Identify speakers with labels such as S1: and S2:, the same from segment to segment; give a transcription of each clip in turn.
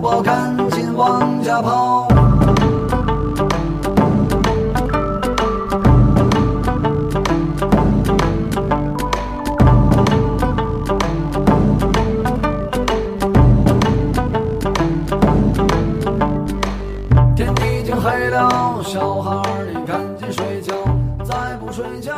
S1: 啊家跑。天已经黑了，小孩儿你赶紧睡觉，再不睡觉。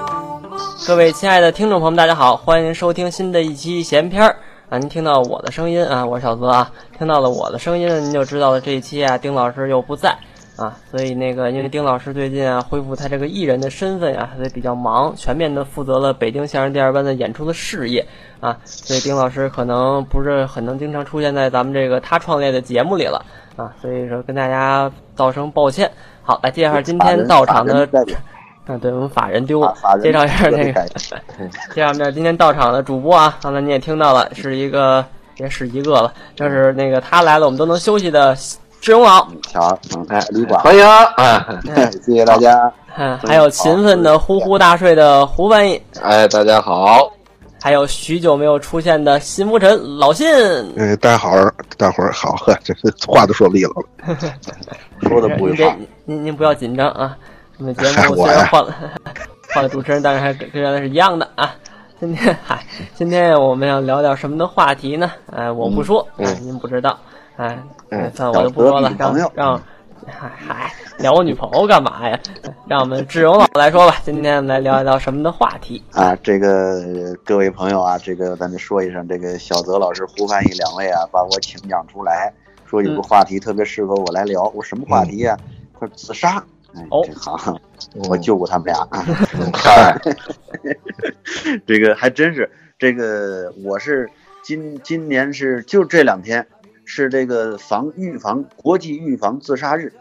S2: 各位亲爱的听众朋友们，大家好，欢迎收听新的一期闲篇儿啊！您听到我的声音啊，我是小泽啊，听到了我的声音呢，您就知道了这一期啊，丁老师又不在啊，所以那个因为丁老师最近啊恢复他这个艺人的身份啊，所以比较忙，全面的负责了北京相声第二班的演出的事业啊，所以丁老师可能不是很能经常出现在咱们这个他创业的节目里了啊，所以说跟大家道声抱歉。好，来介绍今天到场的
S3: 代表，
S2: 啊，对我们法人丢
S3: 法
S2: 了
S3: 法，人
S2: 介绍一下这
S3: 这
S2: 个
S3: 个，
S2: 介绍一下今天到场的主播啊，刚才你也听到了，是一个也是一个了，就是那个他来了，我们都能休息的志勇老，
S3: 乔，哎，旅馆，
S4: 欢迎啊！
S2: 哎
S3: 谢谢大家。
S2: 嗯，还有勤奋的呼呼大睡的胡翻译，
S4: 哎，大家好，
S2: 还有许久没有出现的新浮尘老信，
S5: 呃，大家好，大伙儿好，呵，这是话都说利落了。
S3: 说的
S2: 您
S3: 不会
S2: 别
S3: 话，
S2: 您您不要紧张啊，我们节目虽
S5: 我呀
S2: 然换了换了主持人，但是还跟跟原来是一样的啊。今天嗨，今天我们要聊点什么的话题呢？哎，我不说，哎，您不知道，哎，哎算了我就不说了，
S3: 嗯找
S2: 让
S3: 个女朋友嗯
S2: 让，嗨嗨，聊我女朋友干嘛呀？让我们志荣老师来说吧，今天来聊一聊什么的话 题？
S3: 啊，这个呃各位朋友啊，这个咱们说一声，这个小泽老师、胡翻译两位啊，把我请讲出来，说
S2: 嗯
S3: 有个话题特别适合我来聊。我什么话题呀、他说自杀。哎
S2: 哦，
S3: 这行， 我救过他们俩。啊
S4: 嗨，
S3: 哦这个还真是，这个我是今今年是就这两天是这个防预防国际预防自杀日，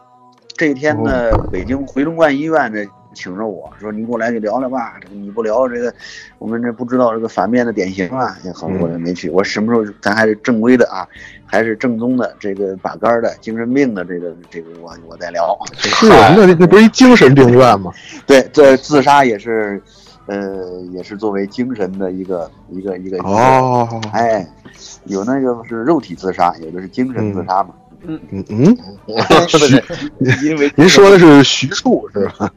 S3: 这天呢，北京回龙观医院呢请着我说你给我来去聊聊吧，这个你不聊这个，我们这不知道这个反面的典型啊，也好我也没去，我什么时候咱还是正规的啊，还是正宗的这个把杆儿的精神病的这个这个我我再聊，
S5: 是，那那不是一精神病院吗？
S3: 对，这自杀也是，呃，也是作为精神的一个一个一个。一个
S5: 哦，
S3: 哎，有那个是肉体自杀，有的是精神自 杀嘛。
S5: 嗯嗯，
S3: 是不是？因为
S5: 您说的是徐庶是吧？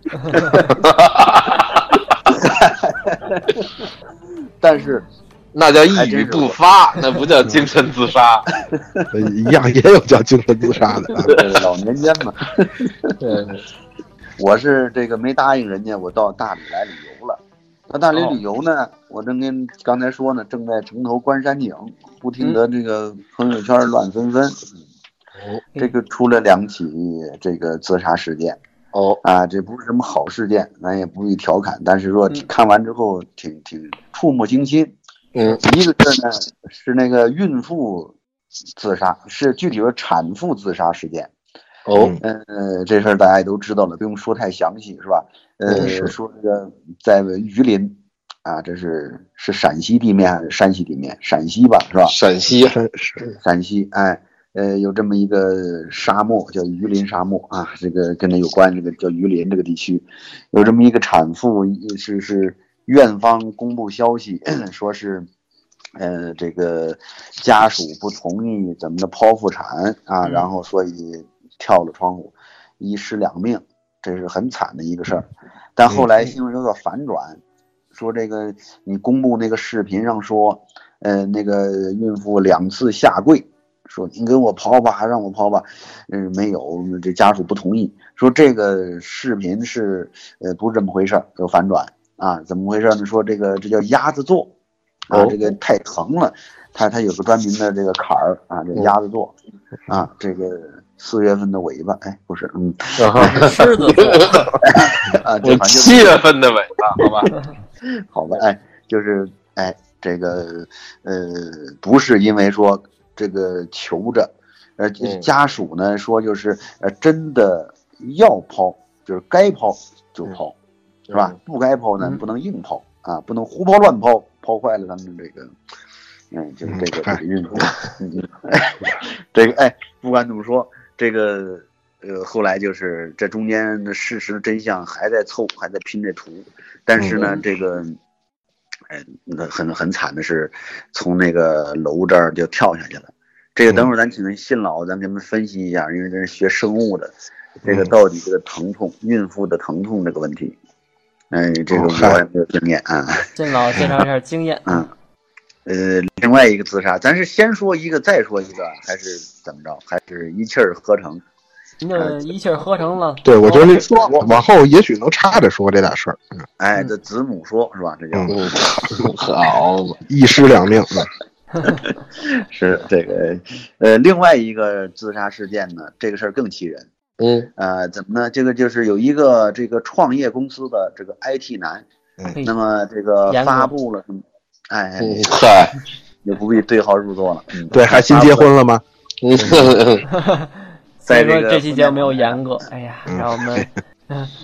S3: 但 是
S4: 那叫一语不发，那不叫精神自杀。
S5: 呃一样也有叫精神自杀的啊。
S3: 呃老年间嘛，我是这个没答应人家，我到大理来旅游了。到大理
S5: 哦
S3: 旅游呢，我正跟刚才说呢，正在城头观山景，不
S5: 嗯
S3: 停的这个朋友圈乱纷纷。
S5: 哦
S3: 这
S5: 嗯
S3: 个出了两起这个自杀事件。
S4: 哦，
S3: 啊，这不是什么好事件，咱也不予调侃，但是
S5: 嗯
S3: 说看完之后挺挺触目惊心。
S4: 嗯，
S3: 一个是呢是那个孕妇自杀，是具体说产妇自杀事件。
S4: 哦，
S3: 嗯、呃，这事儿大家也都知道了，不用说太详细，是吧？呃，
S5: 嗯是
S3: 说这个在榆林啊，这是是陕西地面还是山西地面？陕西吧，是吧？
S4: 陕 西
S5: 真是，
S3: 陕西，哎，呃，有这么一个沙漠叫榆林沙漠啊，这个跟它有关，这个叫榆林这个地区，有这么一个产妇是是院方公布消息说是。呃，这个家属不同意怎么的剖腹产啊，
S2: 嗯
S3: 然后所以跳了窗户，一尸两命，这是很惨的一个事儿。但后来新闻有点反转，说这个你公布那个视频上说，呃，那个孕妇两次下跪，说您给我剖吧，让我剖吧，嗯、没有，这家属不同意，说这个视频是呃不是这么回事儿，有反转啊，怎么回事儿呢？说这个这叫鸭子座，啊，
S4: 哦
S3: 这个太疼了，它它有个专门的这个坎儿啊，这鸭子座，啊，这个四月份的尾巴，哎，不是，嗯，
S2: 狮子座，
S3: 啊，这
S4: 我
S3: 反正就是
S4: 七月份的尾巴，好吧？
S3: 好吧，哎，就是哎，这个呃，不是因为说这个求着，呃，
S4: 嗯
S3: 家属呢说就是呃，真的要剖，就是该剖就剖，是吧？不该剖呢，
S2: 嗯
S3: 不能硬剖啊，不能胡抛乱抛，抛坏了咱们这个，嗯，就是这个这个运动，嗯 这个哎，不管怎么说，这个呃，后来就是这中间的事实真相还在凑，还在拼这图，但是
S5: 嗯
S3: 呢，这个。哎嗯，那很很惨的是，从那个楼这儿就跳下去了。这个等会儿咱请那信老，咱给他们分析一下，因为这是学生物的，这
S5: 嗯
S3: 个到底这个疼痛，孕妇的疼痛这个问题，哎，这个
S5: 哦
S3: 我
S5: 嗨
S3: 也没有经验啊。
S2: 靳老介绍一下经验。
S3: 嗯，呃，另外一个自杀，咱是先说一个再说一个，还是怎么着？还是一气儿合成？
S2: 您 就一气儿喝成了。
S5: 对，我觉得
S2: 哦
S5: 那往往后也许能插着说这俩事儿，
S3: 哎，这子母说是吧？这叫、
S5: 嗯
S4: 好嘛，
S5: 一尸两命。嗯
S3: 是
S5: 啊
S3: 这个，呃，另外一个自杀事件呢，这个事儿更气人。
S4: 嗯，
S3: 呃，怎么呢？这个就是有一个这个创业公司的这个 IT 男，
S5: 嗯
S2: 嘿
S3: 那么这个
S2: 哎严格
S3: 发布了什么？哎，
S4: 嗯嗨，
S3: 也不必对号入座了。嗯
S5: 对，还新结婚了吗？
S4: 嗯，
S2: 所以
S3: 在
S2: 说
S3: 这个嗯
S2: 这期节目没有严格，哎呀，
S5: 嗯
S2: 让我们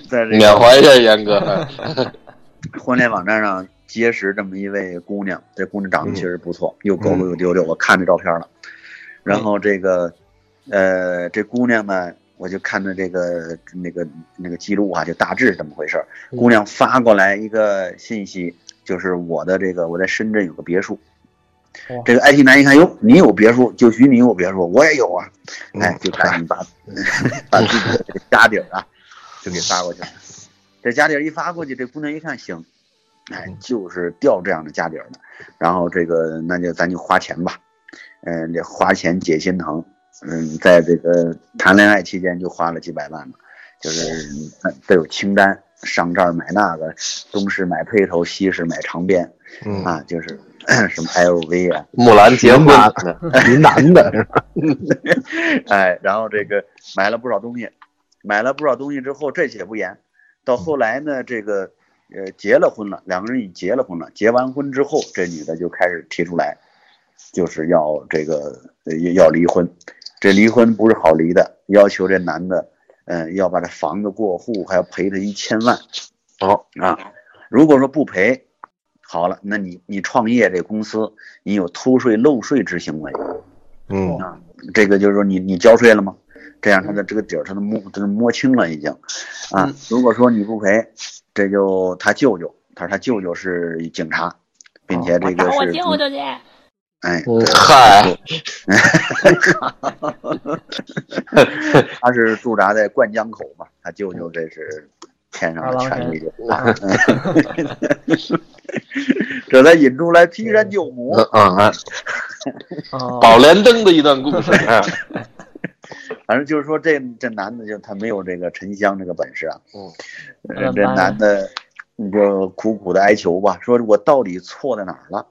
S3: 在这
S4: 缅
S3: 个
S4: 怀一下严哥，
S3: 婚恋网站上结识这么一位姑娘，这姑娘长得确实不错，又
S5: 嗯
S3: 佝偻又溜溜，我看这照片了。然后这个，呃，这姑娘呢，我就看着这个那个那个记录啊，就大致是这么回事儿。
S4: 嗯
S3: 姑娘发过来一个信息，就是我的这个我在深圳有个别墅
S2: 哇。
S3: 这个 IT 男一看，哟，你有别墅，就许你有别墅，我也有啊，
S5: 嗯
S3: 哎，就赶紧把 把自己的这个家底儿啊，就给发过去了。这家底儿一发过去，这姑娘一看行，哎，就是掉这样的家底儿的。然后这个那就咱就花钱吧，嗯、这花钱解心疼。嗯，在这个谈恋爱期间就花了几百万了，就是嗯都有清单，上这儿买那个，东市买配头，西市买长鞭
S5: 嗯，
S3: 啊，就是 什么 LV 啊，
S4: 木兰结婚了，
S5: 嗯一男的是吧？
S3: 哎，然后这个买了不少东西，买了不少东西之后，这且不言，到后来呢，这个呃结了婚了，两个人已结了婚了，结完婚之后，这女的就开始提出来，就是要这个呃要离婚，这离婚不是好离的，要求这男的，嗯、要把这房子过户，还要赔他一千万。
S4: 哦
S3: 啊，如果说不赔，好了，那你你创业这公司，你有偷税漏税之行为。
S5: 嗯
S3: 这个就是说你你交税了吗？这样他
S6: 嗯
S3: 的这个底儿他都摸他都摸清了已经，啊，如果说你不赔，这就他舅舅，他说他舅舅是警察，并
S6: 哦
S3: 且这个是，
S6: 舅去。
S3: 哎，
S4: 嗯嗨，
S3: 他是驻扎在灌江口嘛，他舅
S6: 嗯
S3: 舅这是天上的权力人，啊 这才引出来劈山救母，
S4: 嗯嗯嗯，
S3: 嗯
S2: 哦，
S4: 宝莲灯的一段故事，
S3: 反正就是说这这男的就他没有这个沉香这个本事啊，
S4: 嗯
S3: 呃，这男的你就苦苦的哀求吧，说我到底错在哪儿了？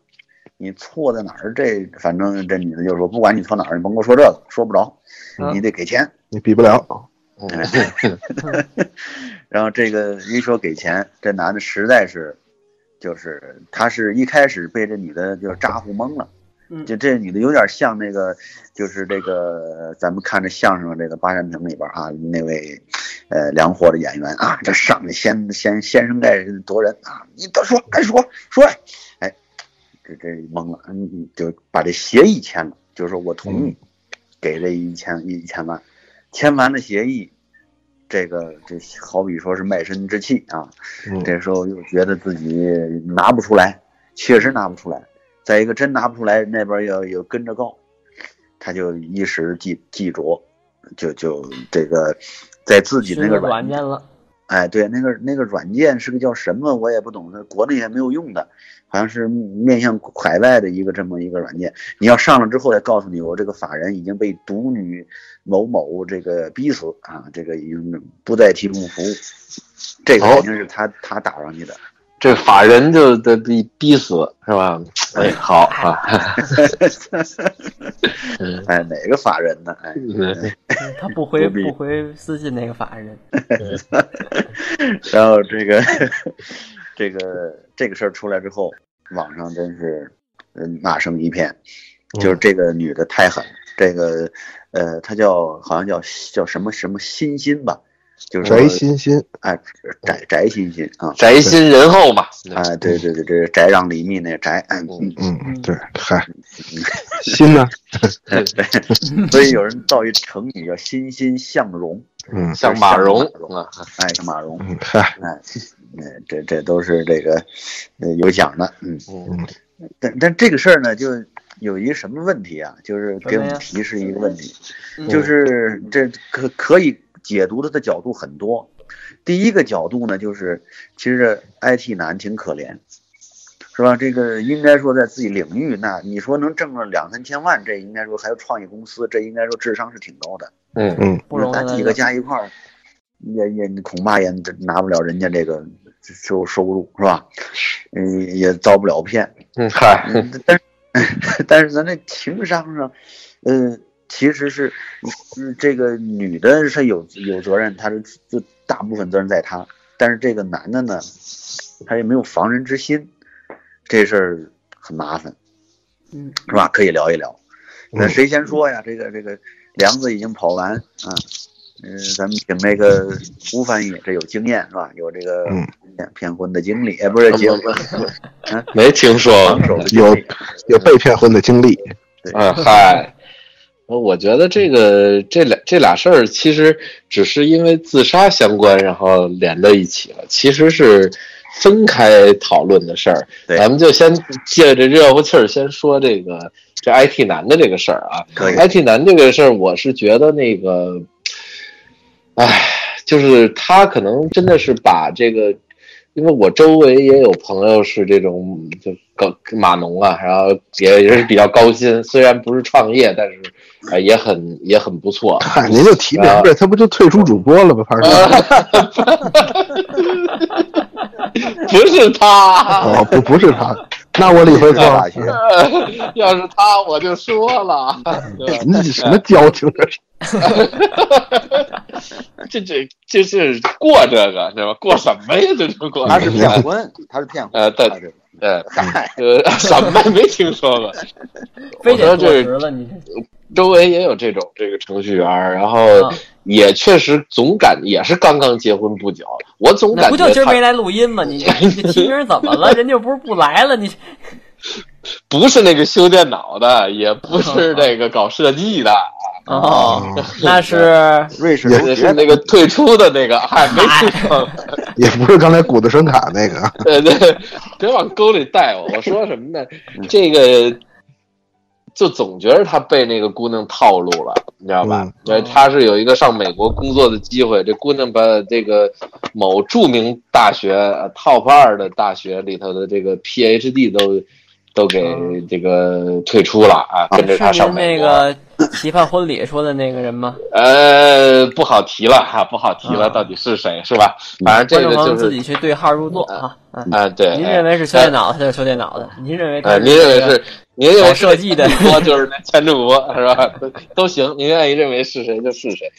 S3: 你错在哪儿？这反正这女的就说，不管你错哪儿，你甭跟我说这个，说不着，
S2: 嗯
S3: 你得给钱。
S5: 你比不了。
S4: 嗯
S3: 然后这个一说给钱，这男的实在是，就是他是一开始被这女的就是咋呼懵了
S2: 嗯。
S3: 就这女的有点像那个，就是这个咱们看这相声这个八扇屏里边啊，那位，呃，梁活的演员啊，这上来先先先声盖夺人啊，你都说该说说，哎，这这懵了，嗯，就把这协议签了，就是说我同意给这一千一一千万，签完了协议，这个这好比说是卖身之契啊，
S5: 嗯
S3: 这时候又觉得自己拿不出来，确实拿不出来。再一个，真拿不出来，那边要有跟着告，他就一时记记着，就就这个，在自己那
S2: 寻
S3: 个
S2: 个
S3: 软
S2: 软件了，
S3: 哎，对，那个那个软件是个叫什么，我也不懂，国内也没有用的，好像是面向海外的一个这么一个软件。你要上了之后再告诉你，我这个法人已经被独女某某这个逼死啊，这个已经不再提供服务，这个
S4: 哦
S3: 肯定是他他打上去的。
S4: 这法人就得逼逼死是吧？哎，好啊，嗯
S3: 哎，哪个法人呢？哎，
S4: 嗯
S2: 嗯他不回
S3: 不必
S2: 不回私信那个法人，
S3: 然后这个这个这个事儿出来之后，网上真是嗯骂声一片，就是这个女的太狠，这个呃她叫好像叫叫什么什么欣欣吧，就是说
S5: 翟欣欣，
S3: 哎翟翟欣欣啊。
S4: 宅心仁厚嘛，
S3: 哎，对对对，这翟让李密那翟，嗯，
S4: 嗯
S5: 嗯，对，嗨，心呢？
S4: 嗯
S3: 嗯所以有人造一成语叫“欣欣向荣
S5: 嗯
S4: 像马蓉啊，”，
S3: 哎，像马蓉，
S5: 嗯，嗨，
S3: 嗯，这这都是这个，呃，有奖的，嗯，
S4: 嗯
S3: 但但这个事儿呢，就有一个什么问题啊？就是给
S2: 什
S3: 我
S2: 么呀
S3: 们提示一个问题，
S2: 嗯
S3: 就是这可可以解读它的角度很多。第一个角度呢，就是其实这 IT 男挺可怜，是吧？这个应该说在自己领域，那你说能挣个两三千万，这应该说还有创业公司，这应该说智商是挺高的。
S4: 嗯
S5: 嗯，
S2: 不容易
S3: 咱
S2: 了。
S3: 几个加一块儿，也也恐怕也拿不了人家这个收收入是吧？嗯，也遭不了骗。
S4: 嗯，嗨，
S3: 嗯但是 但是咱这情商上，呃，其实是、嗯这个女的是有有责任，她是就大部分责任在她，但是这个男的呢，他也没有防人之心，这事儿很麻烦，
S2: 嗯，
S3: 是吧？可以聊一聊，那
S5: 嗯
S3: 谁先说呀？这个这个梁子已经跑完啊。嗯，咱们请那个吴翻译，这有经验是吧？有这个
S5: 嗯
S3: 骗骗婚的经历，哎，不是结婚，
S4: 没听说
S3: 分手的经
S5: 有
S3: 历，
S5: 有被骗婚的经历，
S4: 嗯，嗨，我我觉得这个这俩这俩事儿其实只是因为自杀相关，然后连在一起了，其实是分开讨论的事儿。
S3: 对
S4: 咱们就先借着热乎气儿先说这个这 IT 男的这个事儿啊。
S3: 可以
S4: IT 男这个事儿，我是觉得那个，唉，就是他可能真的是把这个，因为我周围也有朋友是这种就搞码农啊，然后也也是比较高薪，虽然不是创业，但是呃也很也很不错。
S5: 嗨，您就提名呗，他不就退出主播了吗？反正
S4: 不是他，
S5: 哦，不不是他，那我理会错了
S3: 大，学
S4: 要是他我就说了，对吧
S5: 那是什么交情啊这是？
S4: 这这这是过这个对吧？过什么呀？这是过
S3: 他是骗婚，他是骗婚。啊
S4: 呃对
S3: 他是
S4: 呃，呃，什么没听说过？
S2: 非
S4: 我
S2: 得
S4: 说
S2: 坐
S4: 这
S2: 实了你这
S4: 周围也有这种这个程序员儿，然后
S2: 啊
S4: 也确实总感也是刚刚结婚不久，我总
S2: 那
S4: 感
S2: 不
S4: 觉
S2: 就今儿
S4: 他
S2: 没来录音吗？你 你这提名怎么了？人家又不是不来了，你
S4: 不是那个修电脑的，也不是那个搞设计的，
S2: 哦，那是
S3: 瑞士
S4: 嗯也是那个退出的那个，嗨，没听说过。
S5: 也不是刚才鼓的声卡那个啊，
S4: 对对，别往沟里带我。我说什么呢？ 这个就总觉得他被那个姑娘套路了，你知道吧
S5: 嗯？
S4: 对，他是有一个上美国工作的机会，这姑娘把这个某著名大学呃 top 二的大学里头的这个 PhD 都都给这个退出了啊，
S2: 哦
S4: 跟着他
S2: 嗯是
S4: 上
S2: 您
S4: 美
S2: 那
S4: 国。
S2: 个期盼婚礼说的那个人吗？
S4: 呃，不好提了哈，不好提
S2: 啊
S4: 了，到底是谁是吧？反正
S2: 嗯观
S4: 这
S2: 众
S4: 个
S2: 朋友
S4: 就
S2: 们自
S4: 是
S2: 己去对号入座啊。啊
S4: 啊，对，
S2: 您
S4: 哎
S2: 认为是修电脑的，他就修电脑的；您认为他
S4: 呃，您认为是，您认为是
S2: 搞设计的
S4: 主播就是那前主播是吧？都都行，您愿意认为是谁就是谁。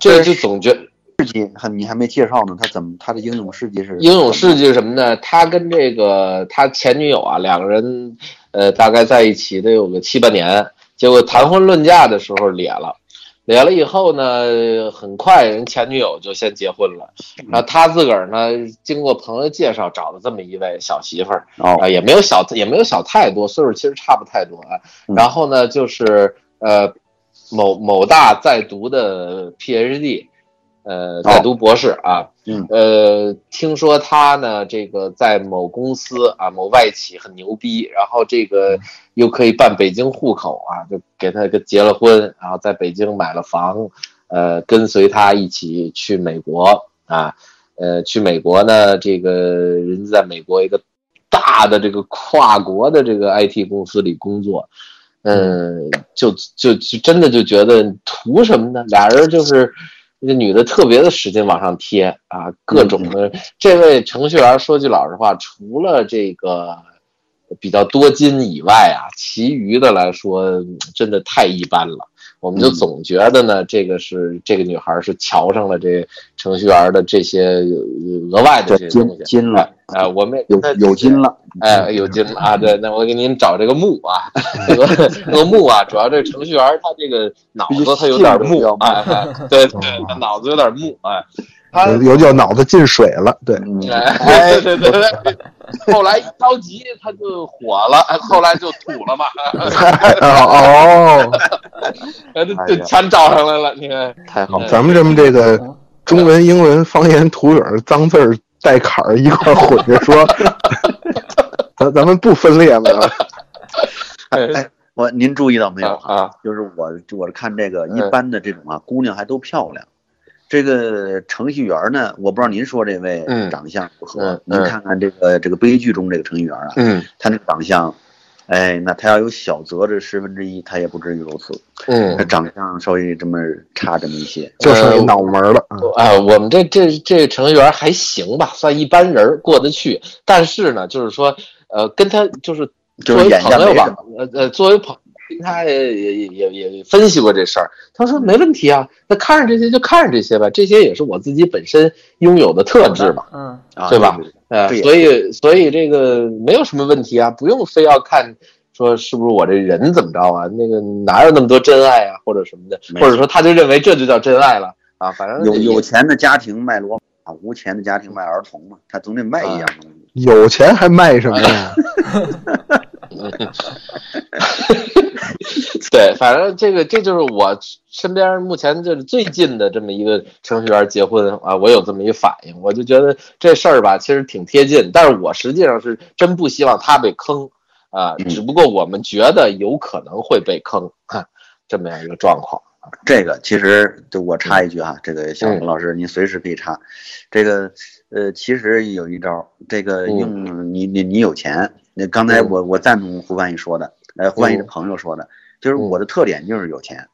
S4: 这就总觉
S3: 事迹，还你还没介绍呢，他怎么他的英勇事迹是
S4: 英勇事迹是什么呢？他跟这个他前女友啊，两个人呃大概在一起得有个七八年，结果谈婚论嫁的时候裂了。裂了以后呢，很快人前女友就先结婚了，然后他自个儿呢，经过朋友介绍找了这么一位小媳妇儿，啊，
S3: 哦，
S4: 也没有小也没有小太多，岁数其实差不太多啊。
S3: 嗯
S4: 然后呢，就是呃，某某大在读的 PhD，呃，在读博士啊。
S3: 哦嗯
S4: 呃，听说他呢，这个在某公司啊，某外企很牛逼，然后这
S3: 嗯
S4: 个又可以办北京户口啊，就给他个结了婚，然后在北京买了房，呃，跟随他一起去美国啊，呃，去美国呢，这个人在美国一个大的这个跨国的这个 IT 公司里工作，嗯，就就就真的就觉得图什么呢？俩人就是那个女的特别的使劲往上贴啊，各种的。这位程序员说句老实话，除了这个比较多金以外啊，其余的来说嗯真的太一般了。我们就
S3: 嗯
S4: 总觉得呢，这个是这个女孩是瞧上了这程序员的这些呃额外的这些
S3: 金
S4: 东西，
S3: 金了
S4: 啊、哎我们也
S3: 有
S4: 跟她
S3: 有金了，
S4: 哎，有劲了啊！对，那我给您找这个木 啊， 这个这个木啊，主要这个程序员他这个脑子他有点木啊，哎 对
S3: 哦
S4: 对，他脑子有点木啊，哎他
S5: 有有叫脑子进水了，对，
S3: 嗯，
S4: 哎，对对对，后来一着急他就火了， 哎后来就土了嘛，
S5: 哦，
S4: 哎 这这全找上来了，你看，
S3: 太好了，
S5: 咱们这么这个中文、英文、方言、土语儿、脏字儿带坎儿一块儿混着说，咱咱们不分裂了，
S4: 哎
S3: 我您注意到没有
S4: 啊啊
S3: 就是我我看这个
S4: 嗯
S3: 一般的这种啊，姑娘还都漂亮。这个程序员呢，我不知道您说这位
S4: 嗯
S3: 长相如何
S4: 嗯？
S3: 您看看这个这个悲剧中这个程序员啊，
S4: 嗯
S3: 他那个长相，哎，那他要有小泽这十分之一，他也不至于如此。
S4: 嗯
S3: 他，长相稍微这么差这么一些。
S5: 就剩一脑门儿了。嗯
S4: 啊，我们这这这成员还行吧，算一般人儿过得去。但是呢，就是说，呃，跟他就是
S3: 就
S4: 作
S3: 是
S4: 为
S3: 眼下
S4: 朋友
S3: 没
S4: 吧
S3: 什，
S4: 呃呃，作为朋他也也也也也分析过这事儿，他说没问题啊，那看上这些就看上这些吧，这些也是我自己本身拥有的特质嘛，
S2: 嗯，
S3: 啊，
S4: 对吧？呃，
S3: 对
S4: 所以所以这个没有什么问题啊，不用非要看说是不是我这人怎么着啊，那个哪有那么多真爱啊，或者什么的，
S3: 没
S4: 或者说他就认为这就叫真爱了啊，反正
S3: 有
S4: 也
S3: 有钱的家庭卖罗马，无钱的家庭卖儿童嘛，他总得卖一样东西。
S5: 有钱还卖什么哎呀？
S4: 对，反正这个这就是我身边目前就是最近的这么一个程序员结婚啊，我有这么一反应，我就觉得这事儿吧，其实挺贴近，但是我实际上是真不希望他被坑啊，
S3: 嗯
S4: 只不过我们觉得有可能会被坑，哈，这么样一个状况。
S3: 这个其实就我
S4: 嗯
S3: 插一句啊哈，这个小红老师您随时可以插。这个呃，其实有一招，这个
S4: 嗯
S3: 用你你你有钱。那刚才
S4: 嗯
S3: 我我赞同胡翻译说的，呃，胡翻译的
S4: 嗯
S3: 朋友说的，就是
S4: 嗯
S3: 我的特点就是有钱，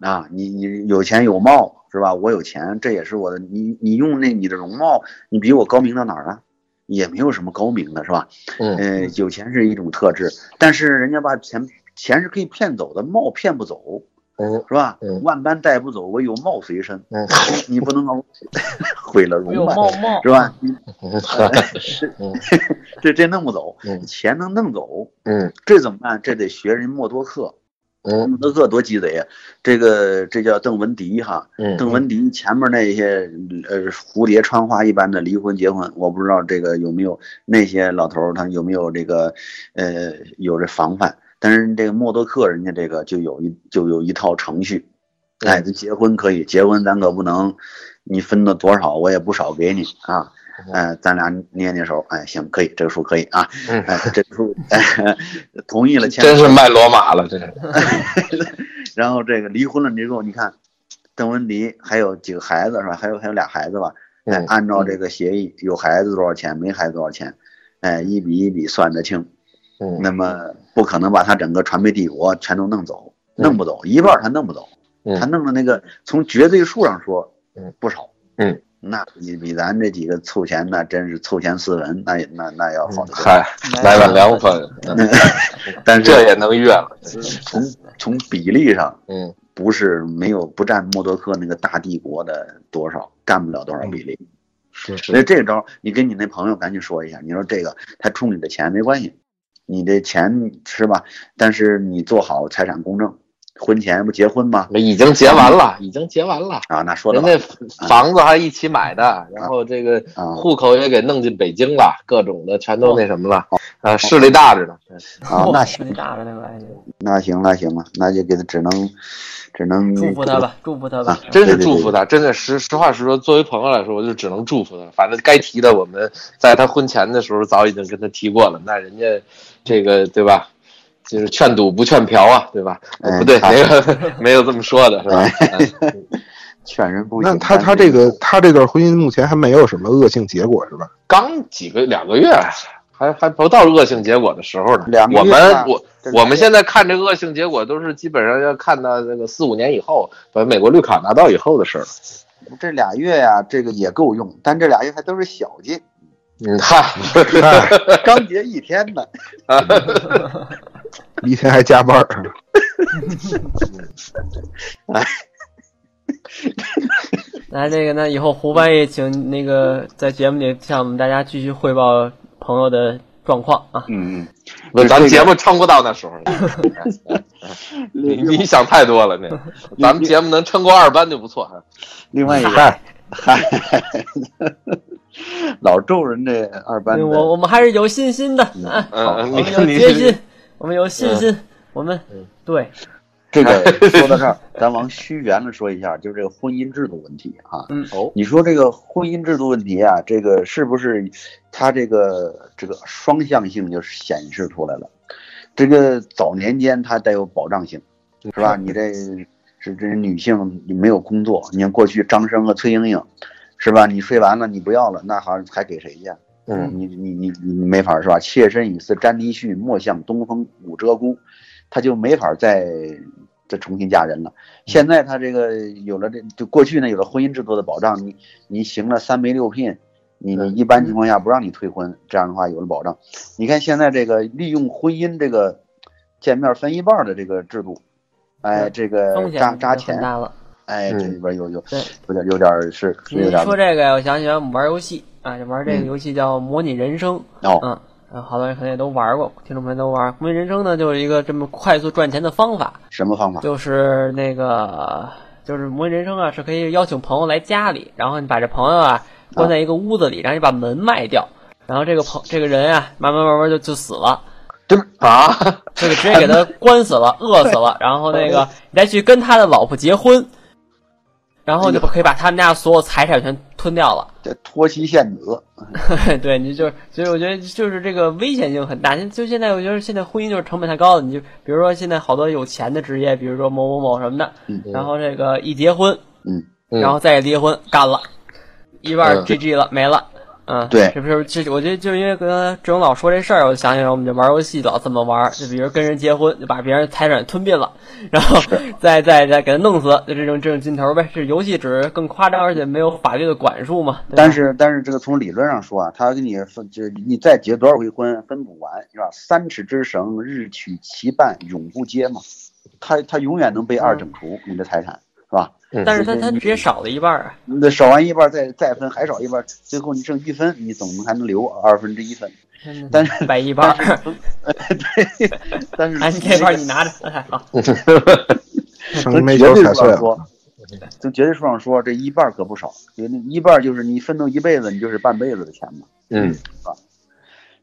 S3: 啊，你你有钱有貌是吧？我有钱，这也是我的。你你用那你的容貌，你比我高明到哪儿啊？也没有什么高明的是吧？
S4: 嗯
S3: 呃，有钱是一种特质，但是人家把钱钱是可以骗走的，貌骗不走，
S4: 嗯
S3: 是吧？
S4: 嗯
S3: 万般带不走，唯有貌 随身。
S4: 嗯
S3: 你不能把我 毁了容
S2: 有
S3: 貌，
S2: 哎冒冒
S3: 是吧？你
S4: 嗯
S3: 这这弄不走，
S4: 嗯
S3: 钱能弄走，
S4: 嗯
S3: 这怎么办？这得学人默多克。
S4: 嗯
S3: 默多克多鸡贼呀！这个这叫邓文迪哈，
S4: 嗯，
S3: 邓文迪前面那些呃蝴蝶穿花一般的离婚结婚，我不知道这个有没有那些老头儿他有没有这个呃有这防范，但是这个默多克人家这个就有一就有一套程序，
S4: 嗯
S3: 哎，这结婚可以结婚，咱可不能你分了多少我也不少给你啊。哎，咱俩捏捏手，哎，行，可以，这个数可以啊，
S4: 嗯
S3: 哎，这个数，哎， 同意了签，
S4: 真是卖罗马了，这是
S3: 然后这个离婚了之后，你看邓文迪还有几个孩子是吧？还有还有俩孩子吧？哎
S4: 嗯，
S3: 按照这个协议，有孩子多少钱，没孩子多少钱，哎，一笔一笔算得清。
S4: 嗯
S3: 那么不可能把他整个传媒帝国全都弄走，
S4: 嗯
S3: 弄不走一半儿他弄不走，
S4: 嗯
S3: 他弄的那个从绝对数上说
S4: 嗯，
S3: 不少。
S4: 嗯，
S3: 那比比咱这几个凑钱那真是凑钱斯文，那也那那要好得多。
S4: 嗯嗨，来碗凉粉，嗯
S3: 但
S4: 这
S3: 是
S4: 也能越了，
S3: 嗯从从比例上，
S4: 嗯
S3: 不是没有不占默多克那个大帝国的多少，占不了多
S4: 嗯
S3: 少比例。
S4: 是
S3: 所
S4: 是
S3: 以这招你跟你那朋友赶紧说一下，你说这个他充你的钱没关系，你这钱是吧？但是你做好财产公证，婚前不结婚吗？
S4: 已经结完了，已经结完了。
S3: 啊，那说的
S4: 人家房子还一起买的，然后这个
S3: 啊哦
S4: 户口也给弄进北京了，各种的全都那什么了，啊，势力大着呢。
S3: 啊，那行
S2: 你大着那玩意儿，
S3: 那行那行吧，那就给他只能只能
S2: 祝福他。吧，祝福他吧
S3: 啊。
S4: 真是祝福他，真的实实话实说，作为朋友来说，我就只能祝福他。反正该提的，我们在他婚前的时候早已经跟他提过了。那人家这个对吧，就是劝赌不劝嫖啊，对吧？
S3: 哎
S4: 呃不对，
S3: 好哎
S4: 没有 没有这么说的是吧？嗯
S3: 劝人不行。
S5: 那他他这个他这段婚姻目前还没有什么恶性结果是吧？
S4: 刚几个两个月，还还不到恶性结果的时候呢。
S3: 两个
S4: 我
S3: 月吧
S4: 们我
S3: 这
S4: 我们现在看这个恶性结果，都是基本上要看到这个四五年以后，把美国绿卡拿到以后的事儿了。
S3: 这俩月呀、这个也够用，但这俩月还都是小节，
S4: 嗯，哈，
S3: 刚结一天呢。
S5: 一天还加班儿，
S2: 那这个呢，以后胡翻译请那
S3: 嗯
S2: 个在节目里向我们大家继续汇报朋友的状况啊。
S3: 嗯嗯。
S4: 不咱们节目撑不到那时候。你你想太多了，那咱们节目能撑过二班就不错。
S3: 另外一个，
S5: 嗨，
S3: 嗨，老咒人这二班
S2: 对
S3: 的，
S2: 我我们还是有信心的啊，
S4: 嗯，
S2: 我
S4: 你
S2: 们有
S4: 你
S2: 决心， 我们有信
S3: 嗯
S2: 心，我们对，
S3: 这个说到这儿，咱往虚圆了说一下，就是这个婚姻制度问题啊。
S2: 嗯
S4: 哦
S3: 你说这个婚姻制度问题啊，这个是不是它这个这个双向性就显示出来了？这个早年间它得有保障性，是吧？你这是这女性你没有工作，你看过去张生和崔莺莺，是吧？你睡完了你不要了，那还还给谁去？
S4: 嗯，
S3: 你你你你没法是吧？妾身已似沾衣絮，莫向东风舞鹧鸪，他就没法再再重新嫁人了。现在他这个有了这就过去呢有了婚姻制度的保障，你你行了三媒六聘，你你一般情况下不让你退婚，这样的话有了保障。你看现在这个利用婚姻这个见面分一半的这个制度，哎，
S2: 嗯
S3: 这
S2: 风
S3: 个
S2: 险
S3: 扎扎
S2: 就很
S3: 钱，
S2: 大了。
S3: 哎，
S4: 嗯
S3: 这里边有有
S2: 对
S3: 有点有点是是有
S2: 你
S3: 点
S2: 说这个呀，我想起来我们玩游戏啊，就玩这个
S3: 嗯
S2: 游戏叫《模拟人生》。
S3: 哦，
S2: 嗯，啊，好多人可能也都玩过，听众朋友都玩。模拟人生呢，就是一个这么快速赚钱的方法，
S3: 什么方法？
S2: 就是那个就是模拟人生啊，是可以邀请朋友来家里，然后你把这朋友啊关在一个屋子里，然后你把门卖掉，然后这个朋这个人啊，慢慢慢慢就就死了。
S4: 啊，
S2: 这个直接给他关死了，饿死了，然后那个你再去跟他的老婆结婚，然后就可以把他们家所有财产全吞掉了。
S3: 这脱妻献子，
S2: 对，你就所以我觉得就是这个危险性很大。现就现在我觉得现在婚姻就是成本太高了，你就比如说现在好多有钱的职业，比如说某某某什么的，
S3: 嗯
S2: 然后这个一结婚，
S3: 嗯，
S2: 然后再一离婚，干了，一半儿
S4: 嗯
S2: GG 了，没了。嗯，
S3: 对
S2: 是不是？这我觉得就是因为跟志勇老说这事儿，我就想起来我们这玩游戏老这么玩儿，就比如跟人结婚，就把别人财产吞并了，然后 再再再给他弄死，就这种这种劲头呗。是游戏只是更夸张，而且没有法律的管束嘛。对吧
S3: 但是但是这个从理论上说啊，他给你分就是你再结多少回婚分不完是吧？三尺之绳，日取其半，永不接嘛。他他永远能
S2: 嗯
S3: 被二整除你的财产是吧？
S2: 但是他他直接少了一半儿啊。
S3: 你得少完一半再再分，还少一半，最后你剩一分，你总还能留二分之一分。但是
S2: 百一半儿，
S3: 但是
S2: 哎，你这半儿你拿着，哎好，
S5: 上
S3: 从
S5: 没
S3: 绝
S5: 球
S3: 对
S5: 踩
S3: 数
S5: 碎
S3: 上
S5: 了，
S3: 说，从绝对数上说，这一半可不少，一半就是你奋斗一辈子，你就是半辈子的钱嘛。
S4: 嗯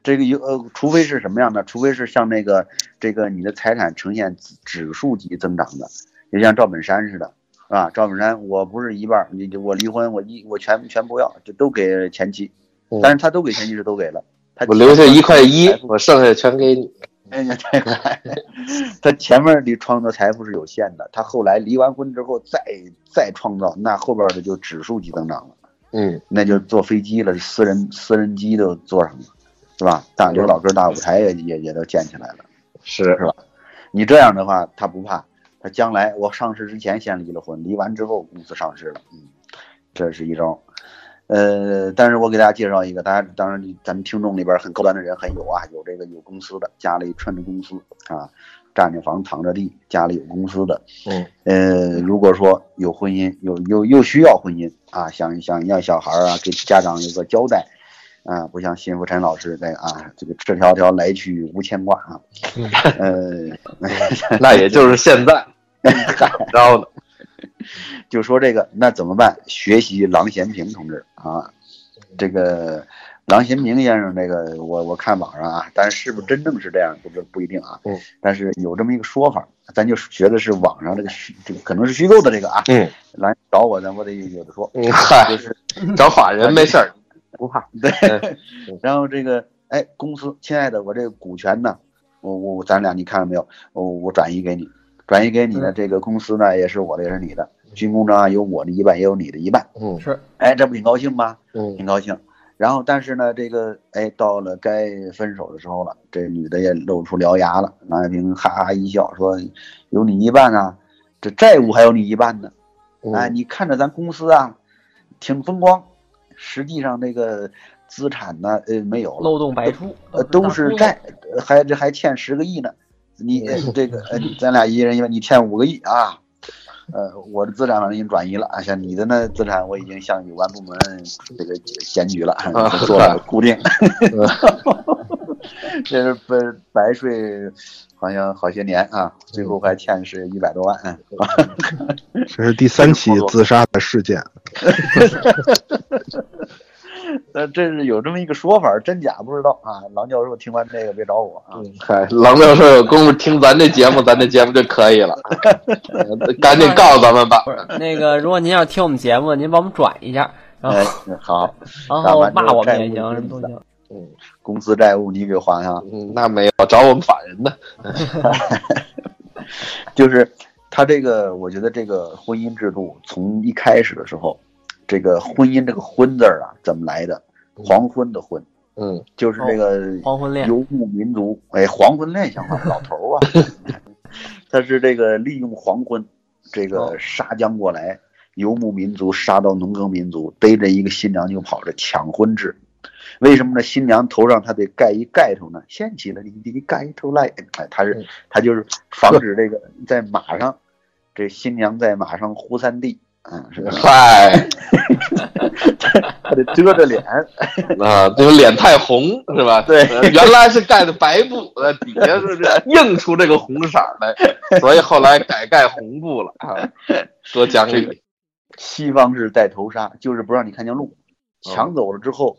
S3: 这个有呃，除非是什么样的？除非是像那个这个你的财产呈现指指数级增长的，就像赵本山似的，是吧？赵本山，我不是一半儿，你就我离婚，我一我全全不要，就都给前妻
S4: 嗯，
S3: 但是他都给前妻是都给了，他
S4: 我留下一 块一
S3: 财，富
S4: 我剩下全给你。
S3: 哎呀，这个他前面的创造财富是有限的，他后来离完婚之后再再创造，那后边的就指数级增长了，
S4: 嗯，
S3: 那就坐飞机了，私人私人机都坐上了，是吧？大刘老根大舞台也也也都建起来了。
S4: 是
S3: 是吧？你这样的话，他不怕，他将来我上市之前先离了婚，离完之后公司上市了，嗯，这是一招。呃，但是我给大家介绍一个，大家当然咱们听众里边很高端的人很有啊，有这个有公司的，家里串着公司啊，站着房躺着地，家里有公司的，
S4: 嗯，
S3: 呃，如果说有婚姻，有又又需要婚姻啊，想想要小孩啊，给家长有个交代。啊，不像辛福臣老师那个啊，这个赤条条来去无牵挂啊， 呃，
S4: 那也就是现 在，怎么着呢？
S3: 就说这个，那怎么办？学习郎咸平同志啊，这个郎咸平先生，这个我我看网上啊，但是不是真正是这样，不是不一定啊。
S4: 嗯。
S3: 但是有这么一个说法，咱就学的是网上这个虚，这个可能是虚构的这个啊。
S4: 嗯。
S3: 来找我咱我得有的说。
S4: 嗯，嗨，找法人没事儿，不怕。
S3: 对
S4: 嗯。
S3: 然后这个，哎，公司，亲爱的，我这个股权呢，我我咱俩你看了没有？我我转移给你，转移给你的
S2: 嗯
S3: 这个公司呢，也是我的，也是你的。军功章啊，有我的一半，也有你的一半。
S4: 嗯
S2: 是，
S3: 哎，这不挺高兴吗？
S4: 嗯
S3: 挺高兴。然后，但是呢，这个哎，到了该分手的时候了，这女的也露出獠牙了。郎咸平哈哈一笑说：“有你一半啊，这债务还有你一半呢。哎，
S4: 嗯
S3: 你看着咱公司啊，挺风光，实际上这个资产呢，呃，没有了，
S2: 漏洞百出，
S3: 呃，都是债，呃还这还欠十个亿呢。你呃这个，呃，咱俩一人一半，你欠五个亿啊。呃，我的资产反正已经转移了啊，像你的那资产，我已经向有关部门这个检举了，做了固定。 这是白白睡，好像好些年啊，最后还欠是一百多万。嗯
S5: 这是第三起自杀的事件，
S3: 呃，这是有这么一个说法，真假不知道啊。郎教授听完这个别找我啊。
S4: 嗯嗨，郎教授有功夫听咱这节目，咱这节目就可以 了。呃赶紧告咱们吧
S2: 不。是那个，如果您要是听我们节目，您帮我们转一下，然
S3: 哎
S2: 后，
S3: 好，
S2: 然
S3: 咱
S2: 后
S3: 们就
S2: 骂我们
S3: 债
S2: 也
S3: 务
S2: 行，
S3: 分
S2: 什么都
S3: 子
S2: 行。
S4: 嗯
S3: 公司债务你给还啊上，
S4: 嗯，那没有找我们法人呢。
S3: 就是他这个，我觉得这个婚姻制度从一开始的时候，这个婚姻这个“婚”字儿啊，怎么来的？黄昏的“昏
S4: 嗯”，
S3: 就是这个
S2: 黄昏恋，
S3: 游牧民族，哎，黄昏恋想法，老头儿啊，他是这个利用黄昏，这个杀将过来，游牧民族杀到农耕民族，逮着一个新娘就跑，这抢婚制。为什么呢？新娘头上她得盖一盖头呢？掀起了你的盖头来，哎，他是他就是防止这个在马上，这新娘在马上呼三弟，嗯， 是吧？
S4: 嗨，
S3: 她得遮着脸，
S4: 啊，这个脸太红是吧？
S3: 对
S4: 呃原来是盖的白布，呃，底下是这映出这个红色儿 来，所以后来改盖红布了啊，多讲
S3: 这个
S4: 理。
S3: 西方是带头杀，就是不让你看见路，抢走了之后，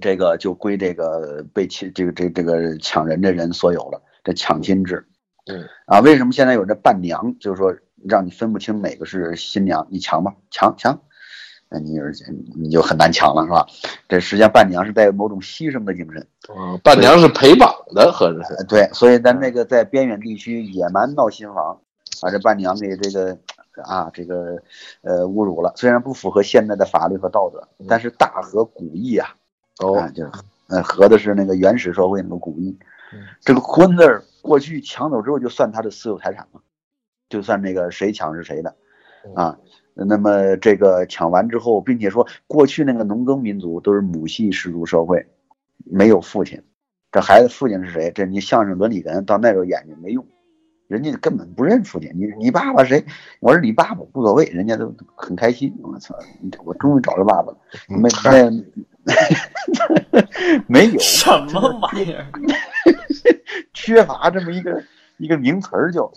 S3: 这个就归这个被侵这个这这个抢人的人所有了，这抢亲制。
S4: 嗯
S3: 啊，为什么现在有这伴娘？就是说让你分不清哪个是新娘，你抢吧，抢抢，那你就是你就很难抢了，是吧？这实际上伴娘是带有某种牺牲的精神。
S4: 嗯伴娘是陪绑的，合着是
S3: 呃，对，所以咱那个在边远地区野蛮闹新房，把这伴娘给这个啊这个呃侮辱了。虽然不符合现在的法律和道德，但是大和古意啊，啊
S4: 嗯哦，
S3: 就是呃合的是那个原始社会那个古意
S4: 嗯。
S3: 这个婚字儿过去抢走之后就算他的私有财产了，就算那个谁抢是谁的
S4: 嗯
S3: 啊。那么这个抢完之后，并且说过去那个农耕民族都是母系氏族社会，没有父亲，这孩子父亲是谁？这你相声伦理人到那时候演去没用，人家根本不认父亲。你你爸爸谁？我是你爸爸，无所谓，人家都很开心。我操，我终于找着爸爸了，没没 没有
S2: 什么玩 意儿？
S3: 缺乏这么一个一个名词儿，就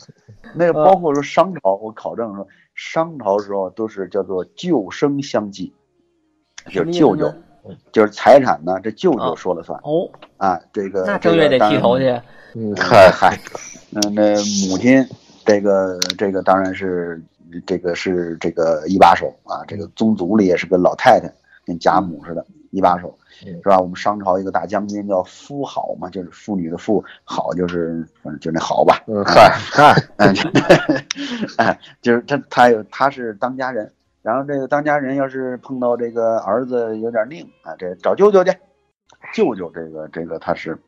S3: 那个
S2: 嗯
S3: 包括说商朝，我考证说商朝时候都是叫做旧生相继，
S2: 什
S3: 就
S2: 么
S3: 是
S2: 意思
S3: 舅
S2: 呢
S3: 舅，就是财产呢，这舅舅
S2: 哦
S3: 说了算
S2: 哦，
S3: 啊。这个
S2: 那正月得剃头。
S3: 这个当然
S2: 去。
S4: 嗯
S3: 嗨嗨，嗯，那母亲这个这个当然是这个是这个一把手啊，这个宗族里也是个老太太，跟贾母似的，一把手
S4: 嗯
S3: 是吧？我们商朝一个大将军叫夫好嘛，就是妇女的妇，好就是反正就那好吧，
S4: 嗯嗨，
S5: 啊嗨，
S3: 嗯，哎，就是他他有他是当家人，然后这个当家人要是碰到这个儿子有点拧啊，这找舅舅去，舅舅这个这个他是，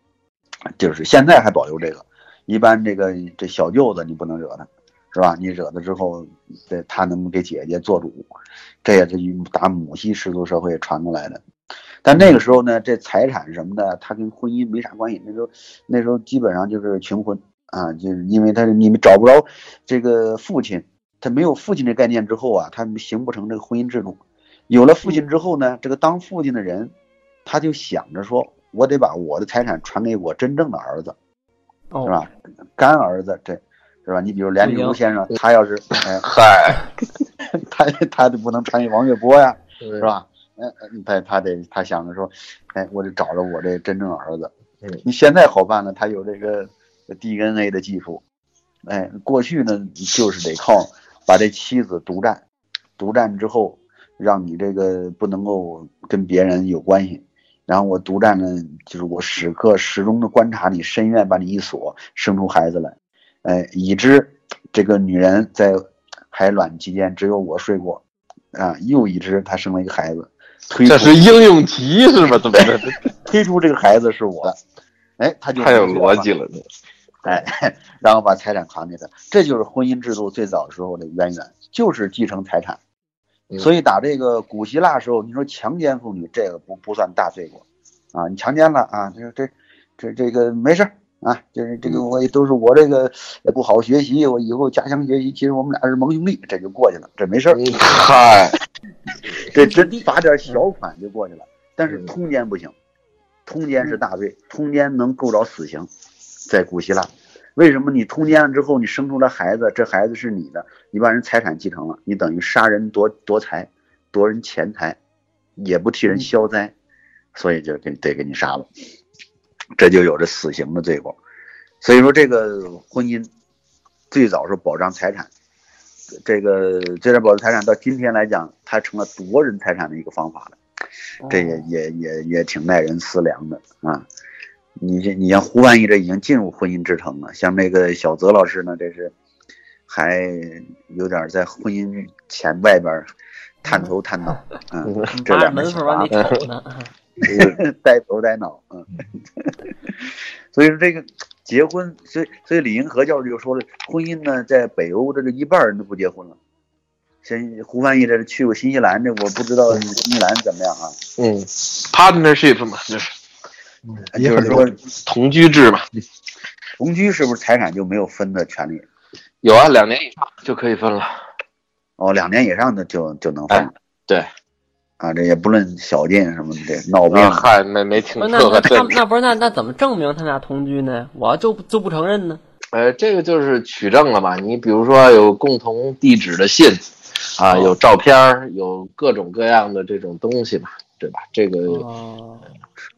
S3: 就是现在还保留这个，一般这个这小舅子你不能惹他，是吧？你惹他之后，这他能给姐姐做主，这也是与打母系氏族社会传过来的。但那个时候呢，这财产什么的，它跟婚姻没啥关系。那时候，那时候基本上就是穷婚，啊，就是因为他你们找不着这个父亲，他没有父亲这概念之后啊，他们形不成这个婚姻制度。有了父亲之后呢，这个当父亲的人，他就想着说，我得把我的财产传给我真正的儿子，
S2: 哦
S3: 是吧？干儿子这，是吧？你比如梁启
S2: 不
S3: 儒
S2: 行
S3: 先生，他要是，哎，
S4: 嗨，
S3: 他 他就不能传给王月波呀，
S4: 是
S3: 是？吧？嗯，嗯他他得他想着说，哎，我得找着我这真正儿子
S4: 嗯。
S3: 你现在好办了，他有这个 DNA 的技术，哎，过去呢就是得靠把这妻子独占，独占之后让你这个不能够跟别人有关系。然后我独占呢，就是我时刻始终的观察你，深院把你一锁，生出孩子来。哎，已知这个女人在排卵期间只有我睡过，啊，又已知她生了一个孩子，推出
S4: 这是应用题是吧？怎么 着？
S3: 推出这个孩子是我的，哎，他就
S4: 太有逻辑了，这
S3: 哎，然后把财产传给他，这就是婚姻制度最早时候的渊源，就是继承财产。
S4: 嗯
S3: 所以打这个古希腊时候，你说强奸妇女这个不不算大罪过，啊，你强奸了啊，这这这这个没事儿啊，就是这个
S4: 嗯
S3: 我也都是我这个不好好学习，我以后家乡学习，其实我们俩是盟兄弟，这就过去了，这没事儿，
S4: 嗯嗨，
S3: 这真罚点小款就过去了。但是
S4: 嗯
S3: 通奸不行，通奸是大罪，通奸能够着死刑，在古希腊。为什么你通奸了之后，你生出来孩子，这孩子是你的，你把人财产继承了，你等于杀人夺夺财，夺人钱财，也不替人消灾，所以就给得给你杀了，这就有着死刑的罪过。所以说，这个婚姻最早是保障财产，这个最早保障财产到今天来讲，它成了夺人财产的一个方法了。这也也也也挺耐人思量的啊。你像你像胡万义这已经进入婚姻之城了，像那个小泽老师呢，这是还有点在婚姻前外边探头探脑，嗯，这
S2: 扒着
S3: 两个
S2: 门
S3: 小
S2: 缝
S3: 娃
S2: 往里
S3: 子
S2: 瞅呢。
S3: 呆头呆脑，嗯， 所以说这个结婚，所以所以李银河教授就说了，婚姻呢，在北欧这个一半人都不结婚了。先胡翻译这是去过新西兰，这我不知道新西兰怎么样啊？
S4: 嗯，partnership 嘛，就是
S5: 也
S3: 就
S5: 很
S3: 是
S5: 容
S3: 说
S5: 易
S4: 同居制嘛。
S3: 同居是不是财产就没有分的权利？
S4: 有啊，两年以上就可以分了。
S3: 哦，两年以上的就就能分
S4: 哎对，啊
S3: 啊，这也不论小进什么的，这闹病
S4: 那嗨，没没啊听
S2: 不哦是那
S4: 说
S2: 那
S4: 过这
S2: 他们那不是那那怎么证明他们俩同居呢？我就不就不承认呢。
S4: 呃，这个就是取证了嘛。你比如说有共同地址的信，啊，有照片儿，有各种各样的这种东西嘛，对吧？这个，
S2: 哦，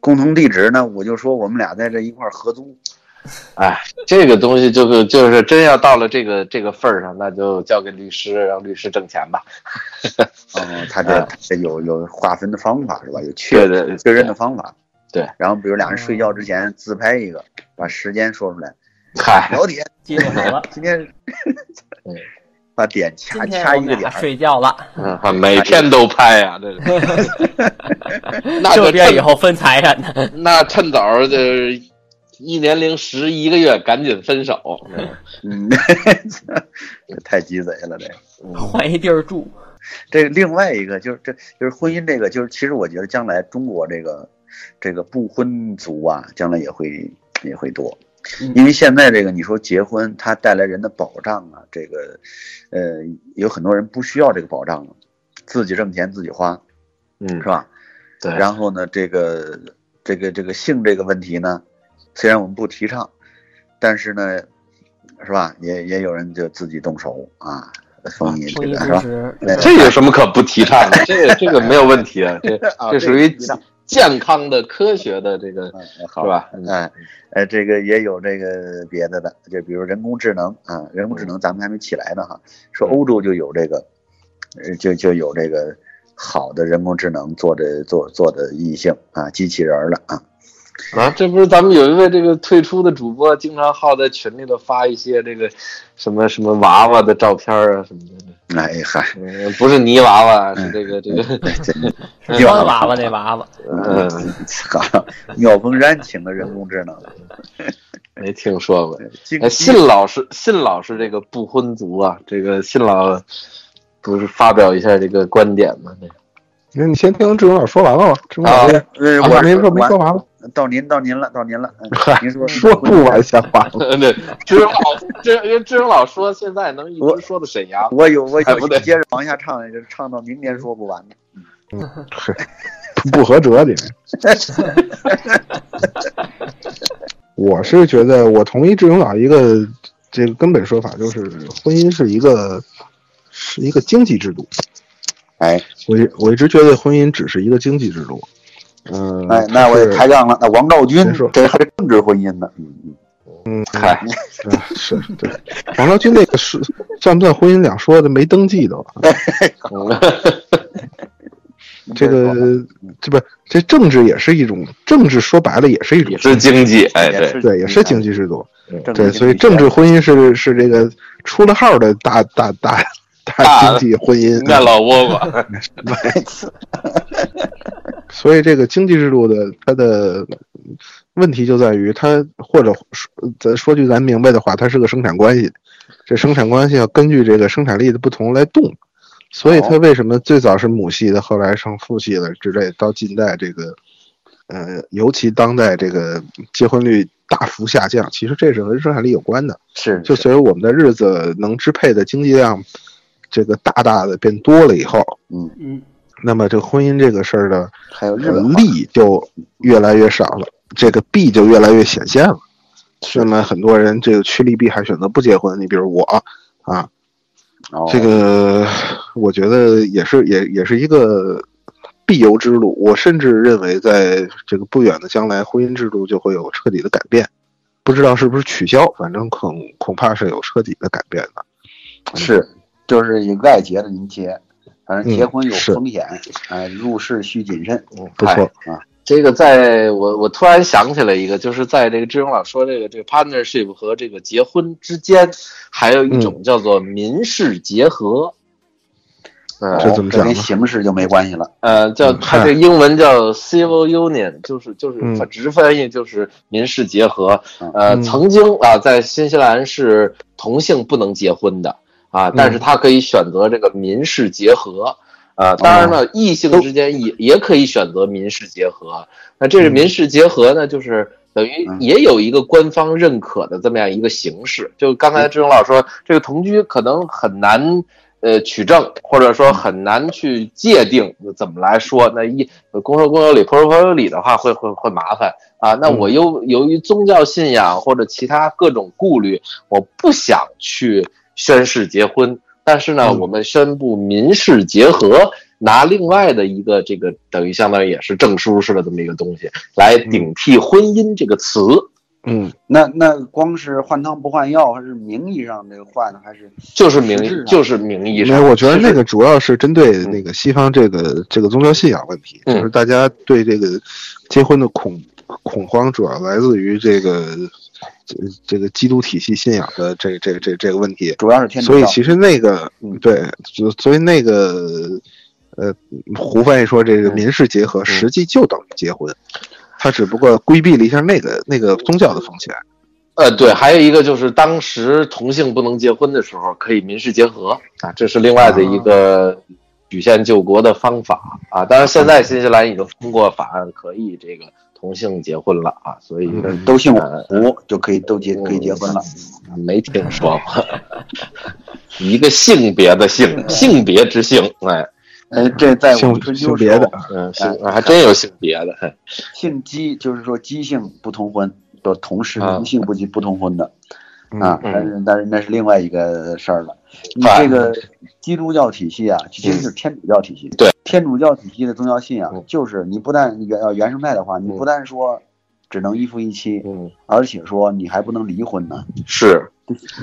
S3: 共同地址呢，我就说我们俩在这一块儿合租，
S4: 哎，这个东西就是就是真要到了这个这个份儿上，那就交给律师，让律师挣钱吧。
S3: 哦，他这他这有有划分的方法是吧？有确
S4: 呃对对
S3: 确认的方法。
S4: 对，
S3: 然后比如俩人睡觉之前自拍一个，把时间说出来，
S4: 嗨，
S3: 聊天
S2: 记住好了，
S3: 今天
S4: 嗯，
S3: 把点
S2: 今
S3: 掐
S2: 天
S3: 掐
S2: 我
S3: 一
S2: 们
S3: 个点
S2: 俩
S3: 儿，
S2: 睡觉了，
S4: 嗯每天都拍呀、这是 那
S2: 这
S4: 就
S2: 边以
S4: 趁
S2: 后分财产呢。
S4: 那趁早就是一年零十一个月，赶紧分手。
S3: 嗯， 这太鸡贼了这个。
S2: 换一地儿住，
S3: 这另外一个就是这就是婚姻这个就是其实我觉得将来中国这个这个不婚族啊，将来也会也会多
S2: 嗯，
S3: 因为现在这个你说结婚它带来人的保障啊，这个呃有很多人不需要这个保障了，自己挣钱自己花
S4: 嗯
S3: 是，吧？
S4: 对，
S3: 然后呢，这个这个这个性这个问题呢，虽然我们不提倡，但是呢，是吧？也也有人就自己动手啊，风
S2: 丰
S3: 衣这
S2: 衣
S3: 个
S2: 足
S3: 是 吧？
S2: 食。
S3: 那
S4: 这有什么可不提倡 的？这个这个没有问题啊，这
S3: 啊
S4: 这
S3: 个
S4: 属于
S3: 提倡
S4: 健康的、科学的这个
S3: 嗯嗯
S4: 是
S3: 好
S4: 吧？
S3: 哎，呃，这个也有这个别的的，就比如人工智能啊，人工智能咱们还没起来呢哈。说欧洲就有这个，呃，就就有这个好的人工智能做的做做的异性啊，机器人儿了啊。
S4: 啊，这不是咱们有一位这个退出的主播，经常好在群里头发一些这个什么什么娃娃的照片啊什么的，
S3: 哎嗨，
S4: 嗯，不是泥娃娃，是这个这个，
S3: 这
S2: 是双娃娃那娃 娃，
S4: 嗯，
S3: 啊好，鸟峰山请的人工智能，呃
S4: 没听说过。
S3: 经
S4: 哎，信老师，信老师这个不婚族啊，这个信老不是发表一下这个观点吗？这
S5: 那你先听志勇老师说完了吧？志勇老师，
S3: 呃，
S5: 啊
S3: 我
S5: 没说没说完了，
S3: 到您到您了，到您了，嗯
S5: 嗨
S3: 您说
S5: 说不完瞎话了。
S4: 对，志勇老志志勇老师说现在能一
S3: 我
S4: 直说到沈阳，
S3: 我有我
S4: 哎不
S3: 有
S4: 对
S3: 接着往下唱，唱到明年说不完的。
S5: 不不合辙，这个。我是觉得，我同意志勇老一个这个根本说法，就是婚姻是一个是一个经济制度。
S3: 哎
S5: 我一我一直觉得婚姻只是一个经济制度。嗯、
S3: 哎，那我也抬杠了。那王兆军
S5: 谁说
S3: 这还是政治婚姻呢？嗯嗯，
S4: 嗨，
S5: 啊是对，王昭君那个是算不算婚姻两说的？没登记都，
S3: 您
S5: 这
S3: 说吧
S5: 个这不这政治也是一种政治，说白了也是一种
S4: 也是经济，哎，
S3: 也
S4: 对，
S3: 是
S5: 对，也是经
S3: 济
S5: 济制度。
S3: 政治
S5: 对，所以政治婚姻是是这个出了号的大大大大
S4: 大
S5: 经济婚姻，啊
S4: 那老窝 瓜，
S5: 所以这个经济制度的它的问题就在于它，或者说咱说句咱明白的话，它是个生产关系，这生产关系要根据这个生产力的不同来动，所以它为什么最早是母系的，后来成父系的之类，到近代这个，呃，尤其当代这个结婚率大幅下降，其实这是和生产力有关的。
S3: 是
S5: 就随着我们的日子能支配的经济量，这个大大的变多了以后，
S2: 嗯，
S5: 那么这个婚姻这个事儿的
S3: 还有日
S5: 呃
S3: 本话
S5: 利就越来越少了，这个弊就越来越显现了。那么很多人这个趋利避害，选择不结婚。你比如我啊，
S3: 哦
S5: 这个我觉得也是也也是一个必由之路。我甚至认为，在这个不远的将来，婚姻制度就会有彻底的改变，不知道是不是取消，反正恐
S3: 哦
S5: 恐怕是有彻底的改变的。
S3: 是就是以外结的凝结，是反正结婚有
S5: 嗯是哦
S3: 风险，哎，入市需谨慎。
S5: 不
S4: 嗨
S5: 错
S3: 啊，
S4: 这个在我我突然想起来一个，就是在这个志勇老说这个这个 partnership 和这个结婚之间，还有一种叫做民事结合，
S5: 这
S4: 呃
S5: 怎么
S3: 啊这
S5: 讲
S3: 跟
S5: 呢
S3: 形式就没关系了。
S4: 呃，叫
S5: 嗯
S4: 它这个英文叫 civil union，就是就是
S5: 嗯
S4: 直翻译就是民事结合。呃，
S5: 嗯
S4: 曾经啊，在新西兰是同性不能结婚的啊，但是他可以选择这个民事结合。啊，当然了，异性之间也也可以选择民事结合。那这是民事结合呢，就是等于
S3: 嗯
S4: 也有一个官方认可的这么样一个形式。就刚才志勇老说，这个同居可能很难。呃，取证或者说很难去界定怎么来说，那一公说公有理，婆说婆有理的话，会会会麻烦啊。那我又由于宗教信仰或者其他各种顾虑，我不想去宣誓结婚，但是呢，
S5: 嗯
S4: 我们宣布民事结合，拿另外的一个这个等于相当于也是证书似的这么一个东西来顶替婚姻这个词。
S5: 嗯，
S3: 那那光是换汤不换药，还是名义上这个换，还是
S4: 就是名
S3: 实质上
S4: 就是名义
S5: 没
S4: 上，
S5: 有，哎我觉得那个主要是针对
S4: 嗯
S5: 那个西方这个这个宗教信仰问题，
S4: 嗯
S5: 就是大家对这个结婚的恐恐慌，主要来自于这个这这个基督体系信仰的这这这这个问题。
S3: 主要是天主
S5: 所以
S3: 教？
S5: 其实那个对，就所以那个呃，胡翻译说这个
S4: 嗯
S5: 民事结合实际就等于结婚，他只不过规避了一下那个那个宗教的风险。
S4: 呃，对，还有一个就是当时同性不能结婚的时候，可以民事结合啊，这是另外的一个
S5: 啊
S4: 举县救国的方法啊。当然，现在新西兰已经通过法案，可以这个同性结婚了啊，所以
S3: 呃
S5: 嗯
S3: 都姓
S4: 呃
S3: 胡就可以都结可以结婚了。
S4: 没听说过 一个性别的性，性别之性，哎，
S3: 呃，这在我
S5: 嗯姓
S3: 们春
S5: 姓
S3: 秋时
S5: 别的
S3: 候，
S4: 嗯，性
S3: 哎
S4: 啊还真有性别的，嘿
S3: 姓姬就是说姬姓不通婚，就同时
S4: 啊
S3: 同性不不通婚的。
S5: 嗯
S3: 啊，
S4: 嗯啊
S3: 但是但是那是另外一个事儿了。你
S4: 反
S3: 这个基督教体系啊，其实就是天主教体系。
S4: 嗯对，
S3: 天主教体系的宗教信仰
S4: 嗯
S3: 啊就是你不但原呃原生态的话，你
S4: 嗯
S3: 不但说只能一夫一妻，
S4: 嗯，
S3: 而且说你还不能离婚呢。
S4: 是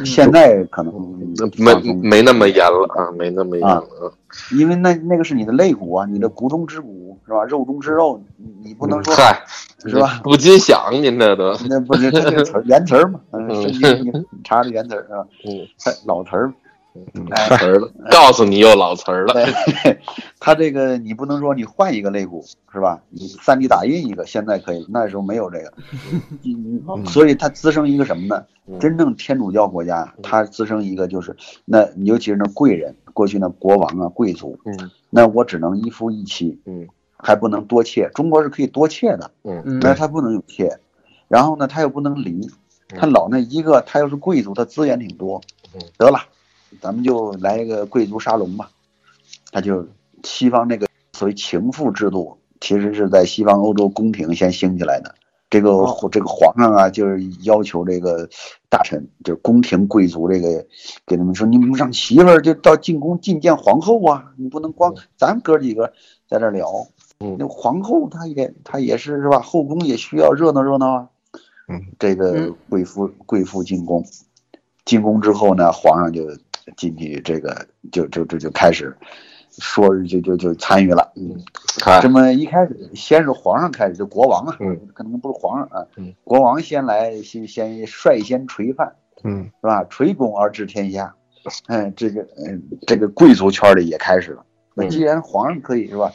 S3: 现在可能
S4: 嗯没嗯
S3: 放松
S4: 没那么严了啊，没那么严
S3: 嗯啊
S4: 了，嗯
S3: 因为那那个是你的肋骨啊，你的骨中之骨是吧？肉中之肉，你你不能说
S4: 嗯嗨，
S3: 是吧？
S4: 不禁想您这都，
S3: 那不是他这个词儿原词儿嘛？嗯，
S4: 嗯
S3: 是你你查查原词儿啊，
S4: 嗯，
S3: 他老词儿
S4: 老词儿了，告诉你又老词儿了，
S3: 对，他这个你不能说你换一个肋骨是吧？你 3D 打印一个，现在可以，那时候没有这个，你你所以它滋生一个什么呢
S4: 嗯？
S3: 真正天主教国家，它滋生一个就是，那尤其是那贵人，过去那国王啊、贵族，
S4: 嗯
S3: 那我只能一夫一妻，
S4: 嗯
S3: 还不能多妾。中国是可以多妾的，
S2: 嗯
S3: 但是他不能有妾，然后呢，他又不能离，他老那一个，他又是贵族，他资源挺多
S4: 嗯，
S3: 得了，咱们就来一个贵族沙龙吧。他就西方那个所谓情妇制度，其实是在西方欧洲宫廷先兴起来的。这个这个皇上啊，就是要求这个大臣，就是宫廷贵族这个，给他们说，你们让媳妇儿就到进宫觐见皇后啊，你不能光咱哥几个在这儿聊，
S4: 嗯
S3: 那皇后她也她也是是吧？后宫也需要热闹热闹啊。
S5: 嗯，
S3: 这个
S2: 嗯
S3: 贵妇贵妇进宫，进宫之后呢，皇上就进去，这个就就就就开始说就就就参与了。嗯，
S4: 嗨
S3: 这，么一开始先是皇上开始，就国王啊，
S4: 啊嗯
S3: 可能不是皇上啊，
S4: 嗯
S3: 国王先来，先先率先垂范，
S5: 嗯
S3: 是吧？垂拱而治天下，嗯，这个嗯，这个贵族圈里也开始了。那
S4: 嗯
S3: 既然皇上可以是吧？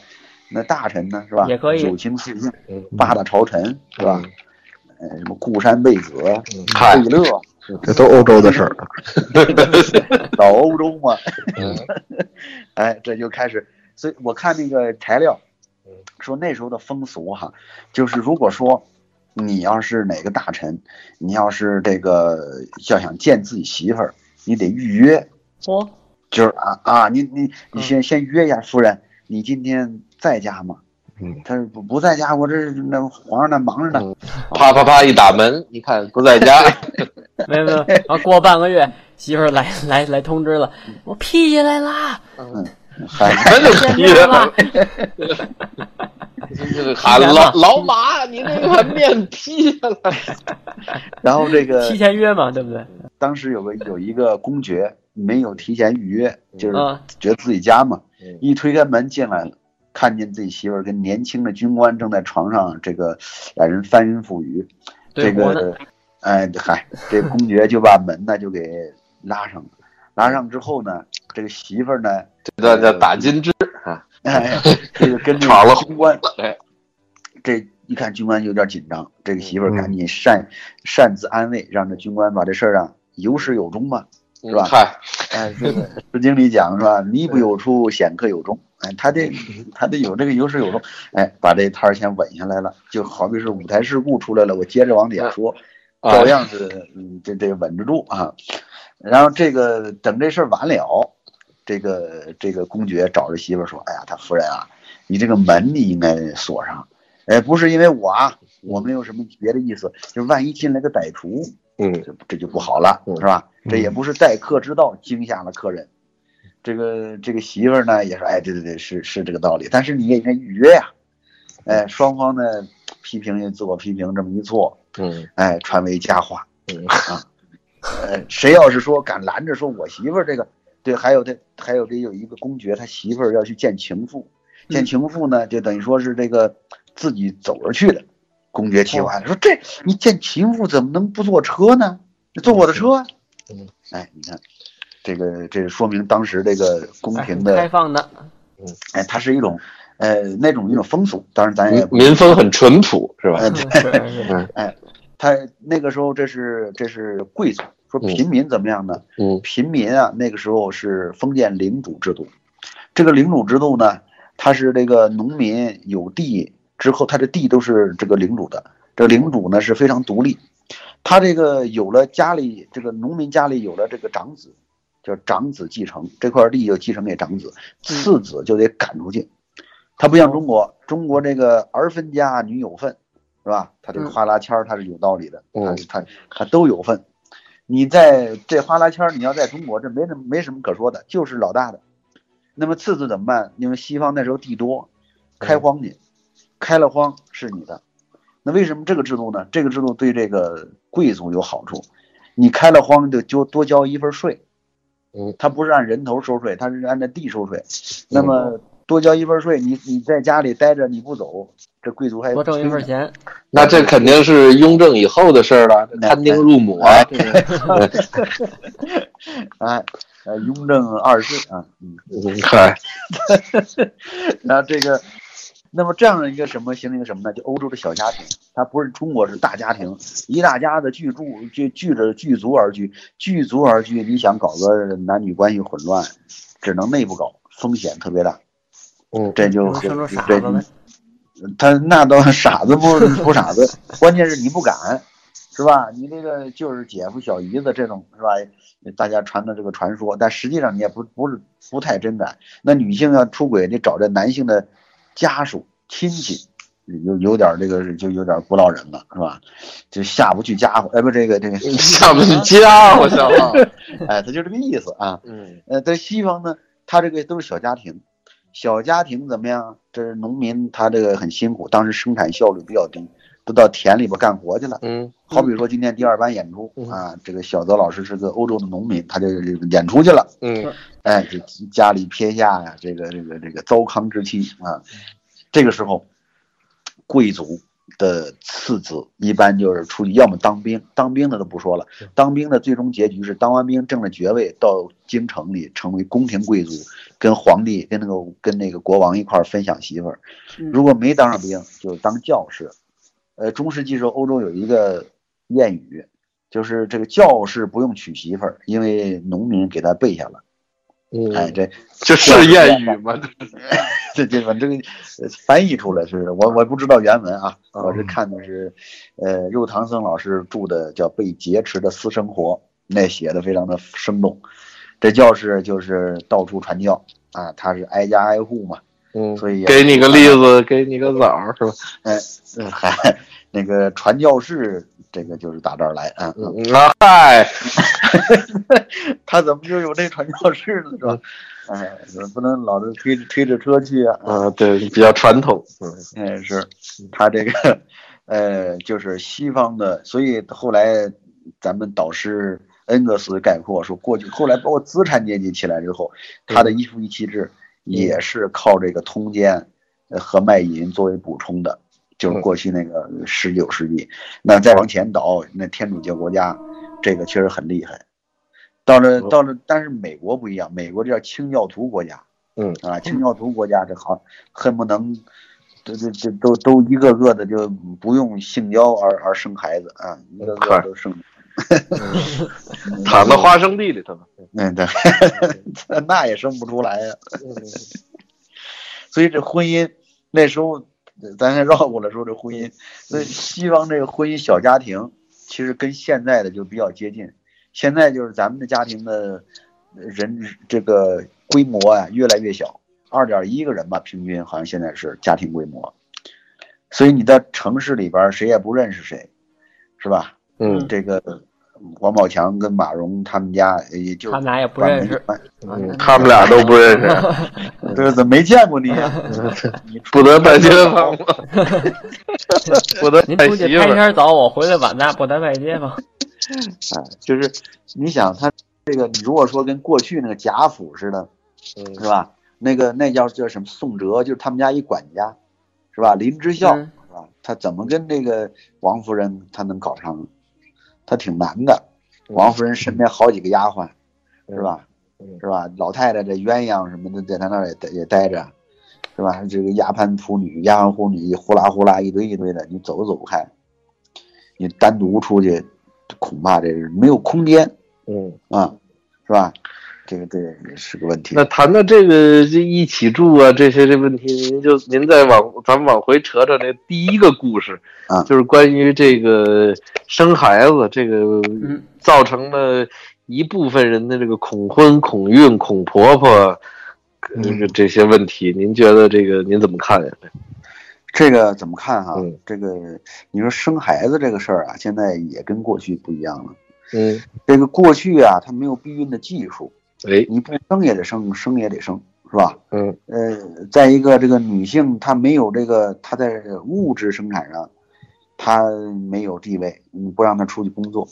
S3: 那大臣呢是吧？
S2: 也可以
S3: 九卿四
S4: 嗯
S3: 姓，八大朝臣是吧？呃，什么固山贝子、
S4: 嗯嗨
S3: 贝勒，
S5: 这都欧洲的事儿。
S3: 到欧洲嘛，
S4: 嗯
S3: 哎，这就开始。所以我看那个材料
S4: 嗯，
S3: 说那时候的风俗哈，就是如果说你要是哪个大臣，你要是这个要想见自己媳妇儿，你得预约，
S2: 嚯，
S3: 就是啊啊，你你
S2: 嗯
S3: 你先先约一下夫人，你今天在家吗？
S5: 嗯，
S3: 他说不不在家，我这是那皇上那忙着呢。
S4: 嗯啪啪啪一打门，一看不在家，
S2: 没有没有，然后过半个月，媳妇儿来来来通知了，
S3: 嗯
S2: 我屁进来啦，
S3: 哎
S4: 真的
S2: 见
S4: 皮
S2: 面
S4: 了
S2: 啦，，
S4: 喊老老马，你那个面劈下来，
S3: 然后这个
S2: 提前约嘛，对不对？
S3: 当时有个有一个公爵没有提前预约，就是
S2: 嗯
S3: 觉得自己家嘛，
S4: 嗯
S3: 一推开门进来了，看见自己媳妇儿跟年轻的军官正在床上，这个俩人翻云覆雨。
S2: 对
S3: 这
S2: 活的
S3: 个，哎，嗨，这公爵就把门呢就给拉上了。拉上之后呢，这个媳妇儿呢，
S4: 这段叫打金枝啊，
S3: 哎，这个跟这
S4: 吵了
S3: 个军官，
S4: 哎，
S3: 这一看军官有点紧张，这个
S2: 嗯
S3: 媳妇儿赶紧擅擅自安慰，让这军官把这事儿啊有始有终吧。是吧
S4: 嗨，
S3: 哎，这 个《诗经》里讲是吧？靡不有初，显克有终。哎，他得他得有这个有始有终。哎，把这摊儿先稳下来了，就好比是舞台事故出来了，我接着往底下说，
S4: 啊
S3: 照样是嗯，这这稳得住啊。然后这个等这事儿完了，这个这个公爵找着媳妇儿说：“哎呀，他夫人啊，你这个门你应该锁上。哎，不是因为我啊，我没有什么别的意思，就万一进来个歹徒，
S4: 嗯，
S3: 这这就不好了，
S4: 嗯
S3: 是吧？
S5: 嗯
S3: 这也不是待客之道，惊吓了客人。这个这个媳妇儿呢也说，哎，对对对，是是这个道理，但是你也应该预约呀、哎，双方呢批评也自我批评，这么一错，
S4: 嗯
S3: 哎，传为佳话。
S4: 嗯
S3: 啊，呃，谁要是说敢拦着说我媳妇儿这个，对，还有这还有这有一个公爵，他媳妇儿要去见情妇，
S4: 嗯
S3: 见情妇呢，就等于说是这个自己走着去的。公爵气
S4: 哦
S3: 完了，说这你见情妇怎么能不坐车呢？你坐我的车啊
S4: 嗯！
S3: 哎，你看，这个这说明当时这个宫
S2: 哎
S3: 廷
S2: 开
S3: 的，
S2: 放 的，
S3: 哎，它是一种，呃，那种一种风俗。当然，咱也
S4: 民民风很淳朴是吧？
S3: 哎
S2: 嗯是是
S3: 他那个时候这是这是贵族，说平民怎么样呢？
S4: 嗯
S3: 平民啊，那个时候是封建领主制度。这个领主制度呢，它是这个农民有地之后，他的地都是这个领主的。这领主呢是非常独立，他这个有了家里这个农民家里有了这个长子，叫长子继承这块地就继承给长子，次子就得赶出去。他不像中国，中国这个儿分家女有份，是吧？他这个
S2: 嗯
S3: 花拉签儿他是有道理的，他
S4: 嗯
S2: 哦
S3: 他他都有份。你在这花拉圈儿，你要在中国，这没什么没什么可说的，就是老大的。那么次子怎么办？因为西方那时候地多，
S2: 嗯
S3: 开荒去，开了荒是你的。那为什么这个制度呢？这个制度对这个贵族有好处，你开了荒就就多交一份税
S4: 嗯，
S3: 它不是按人头收税，它是按照地收
S2: 嗯
S3: 税。那么多交一份税，你你在家里待着你不走，这贵族还
S2: 多挣一份
S3: 钱。
S2: 钱，
S4: 那这肯定是雍正以后的事儿了，
S3: 那
S4: 摊丁入亩啊，
S3: 哎，呃，雍正二世啊，嗯，
S4: 嗯嗨，
S3: 然后这个，那么这样的一个什么形成一个什么呢？就欧洲的小家庭，它不是中国是大家庭，一大家子聚住聚聚着聚族而居，聚族而居，你想搞个男女关系混乱，只能内部搞，风险特别大。
S4: 嗯
S3: 这就
S2: 能生出傻
S3: 这
S2: 子来。
S3: 他那倒傻子不不傻子，关键是你不敢，是吧？你这个就是姐夫小姨子这种是吧？大家传的这个传说，但实际上你也不不是不太真敢。那女性要出轨，你找这男性的家属亲戚，有有点这个就有点不落人了，是吧？就下不去家伙，哎不这个这个，
S4: 下不去家伙，小子，
S3: 哎他就这个意思啊。
S4: 嗯
S3: 呃，在西方呢，他这个都是小家庭，小家庭怎么样？这是农民，他这个很辛苦，当时生产效率比较低，都到田里边干活去了。
S4: 嗯
S3: 好比说今天第二班演出
S4: 嗯
S3: 啊，这个小泽老师是个欧洲的农民，他就演出去了。
S4: 嗯
S3: 哎，这家里撇下呀、这个这个这个糟糠之妻啊，这个时候，贵族的次子一般就是出去，要么当兵，当兵的都不说了，当兵的最终结局是当完兵挣了爵位，到京城里成为宫廷贵族，跟皇帝跟那个跟那个国王一块儿分享媳妇儿。
S2: 嗯
S3: 如果没当上兵，就当教士。呃，中世纪时候欧洲有一个谚语，就是这个教士不用娶媳妇儿，因为农民给他备下了。哎，
S4: 嗯，
S3: 这
S4: 这是谚语吗？
S3: 这这反正呃翻译出来是我我不知道原文啊，
S4: 嗯
S3: 我是看的是，呃，肉唐僧老师著的叫《被劫持的私生活》，那写的非常的生动。这教士就是到处传教啊，他是挨家挨户嘛，
S4: 嗯，
S3: 所以
S4: 给你个栗子，给你个枣儿，是吧？
S3: 呃还 那个传教士这个就是打这儿来啊， 嗯
S4: 嗯啊嗨，
S3: 他怎么就有这传教士呢？是吧？哎，不能老是推着推着车去啊，
S4: 啊，对，比较传统，嗯
S3: 哎，是他这个，呃，就是西方的，所以后来咱们导师恩格斯概括说，过去后来包括资产阶级起来之后，他的一夫一妻制也是靠这个通奸呃和卖淫作为补充的，就是过去那个十九世纪。那再往前倒，那天主教国家这个确实很厉害。到了
S4: 嗯
S3: 到了，但是美国不一样，美国这叫清教徒国家，
S4: 嗯
S3: 啊，清教徒国家这好恨不能。这这这都都一个个的就不用性交而而生孩子啊，一个个都生。
S4: 躺到花生地里头了。
S3: 嗯，对，那也生不出来呀、所以这婚姻那时候，咱先绕过来说这婚姻。所以西方这个婚姻小家庭，其实跟现在的就比较接近。现在就是咱们的家庭的呃人这个规模啊越来越小，二点一个人吧，平均好像现在是家庭规模。所以你到城市里边儿谁也不认识谁，是吧？
S4: 嗯
S3: 这个王宝强跟马蓉他们家也就
S2: 他们俩也不认识，
S3: 把门
S4: 嗯，他们俩都不认识，
S3: 对，怎么没见过你 呀、你
S4: 不得拜街
S2: 哎
S4: 坊 吗？不得
S2: 您
S4: 拜
S2: 出去
S4: 媳
S2: 拍
S4: 妇
S2: 片
S4: 儿。
S2: 儿早，我回来晚，那不得拜街坊？
S3: 哎，就是你想他这个，你如果说跟过去那个贾府似的，
S4: 嗯
S3: 是吧？那个那叫叫什么宋哲，就是他们家一管家，是吧？林之孝、
S2: 嗯
S3: 是吧？啊他怎么跟这个王夫人他能搞上？他挺难的。王夫人身边好几个丫鬟，是吧？
S4: 嗯
S3: 是吧？老太太这鸳鸯什么的，在她那儿也待也待着，是吧？这个丫鬟仆女、丫鬟仆女，呼啦呼啦一堆一堆的，你走都走不开。你单独出去，恐怕这是没有空间
S4: 嗯，
S3: 啊，是吧？这个这个是个问题。
S4: 那谈到这个这一起住啊这些这问题，您就您再往咱们往回扯扯这第一个故事
S3: 啊
S4: 就是关于这个生孩子这个
S2: 嗯
S4: 造成了一部分人的这个恐婚、恐孕、恐婆婆，呃
S5: 嗯
S4: 这些问题，您觉得这个您怎么看呀？
S3: 这个怎么看哈、
S4: 嗯
S3: 这个你说生孩子这个事儿啊，现在也跟过去不一样了。
S4: 嗯，
S3: 这个过去啊，它没有避孕的技术，
S4: 哎，
S3: 你不生也得生，生也得生，是吧？
S4: 嗯
S3: 呃，再一个，这个女性她没有这个，她在物质生产上，她没有地位，你不让她出去工作。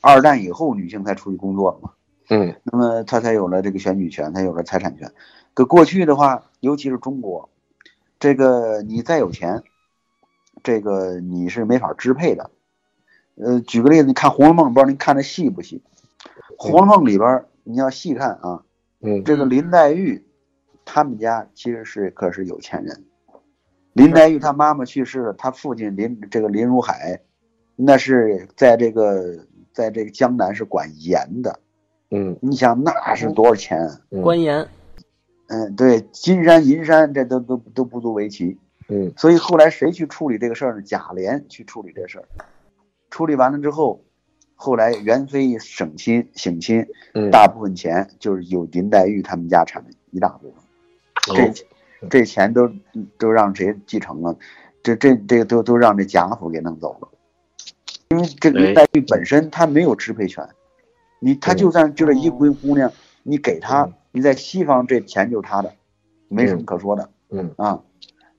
S3: 二战以后，女性才出去工作了嘛，
S4: 嗯
S3: 那么她才有了这个选举权，才有了财产权。可过去的话，尤其是中国，这个你再有钱，这个你是没法支配的。呃，举个例子，你看《红楼梦》，不知道您看的细不细？《红楼梦》里边儿，你要细看啊，
S4: 嗯
S3: 这个林黛玉，他们家其实是可是有钱人。林黛玉她妈妈去世了，她父亲林这个林如海，那是在这个在这个江南是管盐的。
S4: 嗯
S3: 你想那是多少钱啊？
S4: 嗯
S2: 官员，
S3: 嗯，对，金山银山这都都都不足为奇。
S4: 嗯
S3: 所以后来谁去处理这个事儿呢？贾琏去处理这事儿，处理完了之后，后来元妃一省亲省亲，
S4: 嗯，
S3: 大部分钱就是有林黛玉他们家产的一大部分。
S4: 哦
S3: 这这钱都都让谁继承了？这这这个都都让这贾府给弄走了，因为这个
S4: 哎
S3: 林黛玉本身她没有支配权，你她
S4: 嗯
S3: 就算就这一闺姑娘，你给她，你在西方这钱就是她的，没什么可说的，
S4: 嗯
S3: 啊，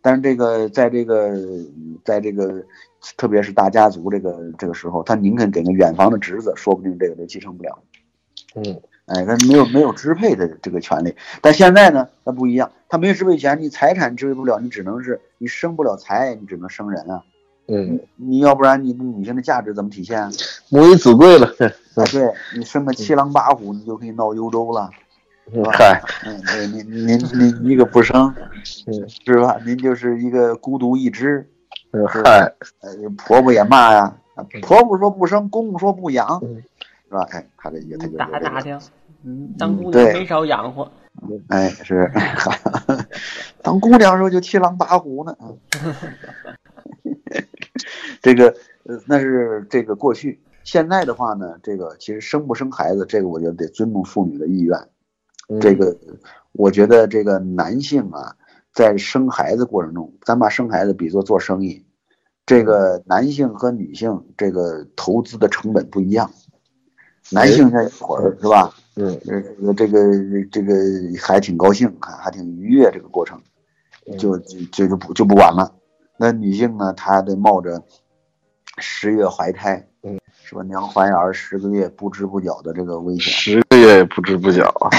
S3: 但是这个在这个在这个特别是大家族这个这个时候，她宁肯给那远房的侄子，说不定这个都继承不了。
S4: 嗯
S3: 哎，他没有没有支配的这个权利，但现在呢，他不一样，他没有支配权，你财产支配不了，你只能是你生不了财，你只能生人啊，
S4: 嗯，
S3: 你要不然你女性的价值怎么体现啊？
S4: 母以子 贵了，
S3: 哎，对你生个
S4: 嗯
S3: 七狼八虎，你就可以闹幽州了，是吧
S4: 嗨，
S3: 嗯，对，您您您一个不生，
S4: 嗯
S3: 是吧？您就是一个孤独一只，
S4: 嗯嗨，
S3: 呃，婆婆也骂呀、啊婆婆说不生，公公说不养，
S4: 嗯
S3: 是吧？哎，他这一个他就
S2: 打
S3: 有这
S2: 打
S3: 个，
S2: 听，嗯，当姑娘
S3: 对
S2: 没少养活，
S3: 哎，是，当姑娘的时候就七狼八虎呢。嗯这个呃，那是这个过去。现在的话呢，这个其实生不生孩子，这个我觉得得尊重妇女的意愿。
S4: 嗯
S3: 这个，我觉得这个男性啊，在生孩子过程中，咱把生孩子比作做生意，这
S4: 嗯
S3: 个男性和女性这个投资的成本不一样。男性那一会儿是吧？
S4: 哎嗯
S3: 呃，这个这个还挺高兴，还还挺愉悦这个过程，
S4: 嗯
S3: 就就就就不就不管了。那女性呢，她得冒着十月怀胎，
S4: 嗯，
S3: 是吧？娘怀儿十个月不知不觉的这个危险，
S4: 十个月也不知不觉啊，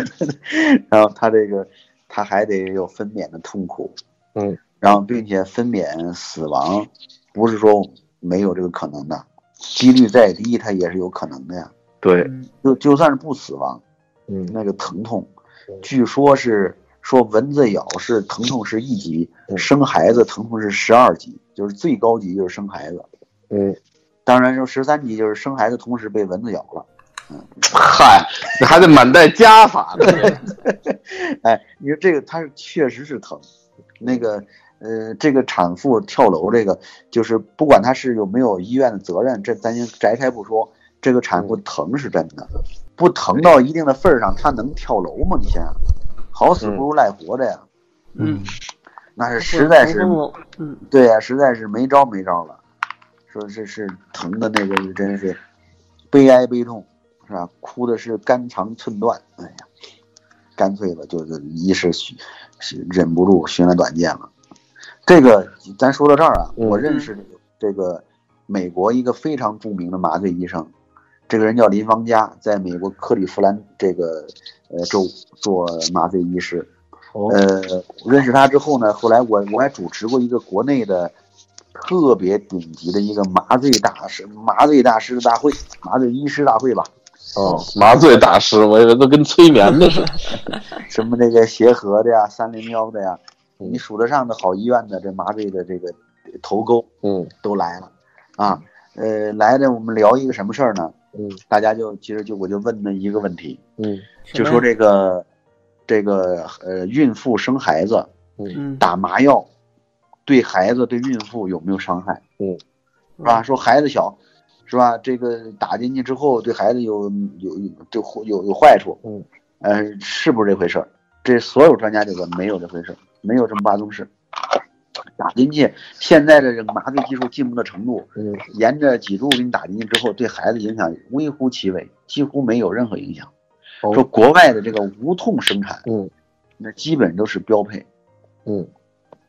S3: 然后她这个他还得有分娩的痛苦，
S4: 嗯，
S3: 然后并且分娩死亡，不是说没有这个可能的，几率再低，它也是有可能的呀。
S4: 对，
S3: 就就算是不死亡，
S4: 嗯
S3: 那个疼痛
S4: 嗯，
S3: 据说是说蚊子咬是疼痛是一级，
S4: 嗯
S3: 生孩子疼痛是十二级，就是最高级就是生孩子。
S4: 嗯，
S3: 当然说十三级就是生孩子同时被蚊子咬了。
S4: 嗨，你还得满带加法呢，
S3: 哎，你说这个它是确实是疼，那个呃，这个产妇跳楼这个，就是不管她是有没有医院的责任，这咱先摘开不说，这个产妇疼是真的，不疼到一定的份儿上，她能跳楼吗？你想想，好死不如赖活着呀，
S2: 嗯，
S3: 那是实在是。
S2: 嗯，
S3: 对呀、实在是没招没招了，说这是疼的那个是真是悲哀悲痛，是吧？哭的是肝肠寸断，哎呀，干脆吧，就是一是寻是忍不住寻来短见了。这个咱说到这儿啊，
S4: 嗯
S3: 我认识这个美国一个非常著名的麻醉医生，这个人叫林方家，在美国克利夫兰这个呃州做麻醉医师。
S4: 哦
S3: 呃，我认识他之后呢，后来我我还主持过一个国内的特别顶级的一个麻醉大师麻醉大师大会，麻醉医师大会吧，
S4: 哦，麻醉大师，我以为都跟催眠的似 的，
S3: 什么那个协和的呀、三零幺的呀，
S4: 哎嗯
S3: 你数得上的好医院的这麻醉的这个头沟
S4: 嗯
S3: 都来了啊。呃，来的我们聊一个什么事儿呢？
S4: 嗯
S3: 大家就其实就我就问了一个问题，
S4: 嗯
S3: 就说这个这个呃孕妇生孩子，
S2: 嗯
S3: 打麻药对孩子、对孕妇有没有伤害？
S4: 嗯，
S3: 是吧？说孩子小，是吧？这个打进去之后对孩子有有有对有有坏处。
S4: 嗯，
S3: 呃，是不是这回事儿？这所有专家就说没有这回事儿，没有这么八宗事。打进去，现在的这个麻醉技术进步的程度，
S4: 嗯
S3: 沿着脊柱给你打进去之后，对孩子影响微乎其微，几乎没有任何影响。
S4: 哦
S3: 说国外的这个无痛生产，
S4: 嗯，
S3: 那基本都是标配。
S4: 嗯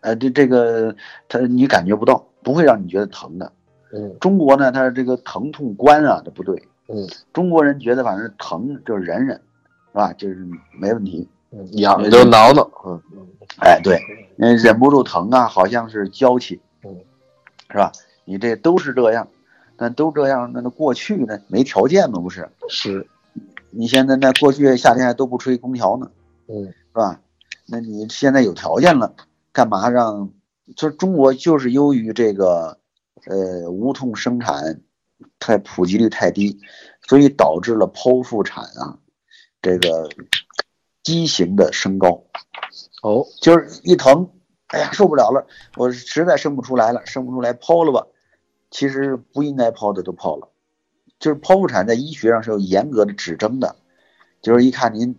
S3: 呃，这这个它你感觉不到，不会让你觉得疼的。
S4: 嗯
S3: 中国呢，它这个疼痛观啊，它不对。
S4: 嗯，
S3: 中国人觉得反正疼就是忍忍，是吧？就是没问题。
S4: 嗯，痒就挠挠，嗯
S3: 哎，对，嗯，忍不住疼啊，好像是娇气，
S4: 嗯，
S3: 是吧？你这都是这样，那都这样，那那过去呢没条件嘛，不是？
S4: 是，
S3: 你现在那过去夏天还都不吹空调呢，
S4: 嗯
S3: 是吧？那你现在有条件了，干嘛让？就是中国就是由于这个，呃，无痛生产太普及率太低，所以导致了剖腹产啊，这个畸形的升高，
S4: 哦
S3: 就是一疼，哎呀受不了了，我实在生不出来了，生不出来剖了吧？其实不应该剖的都剖了，就是剖腹产在医学上是有严格的指征的，就是一看您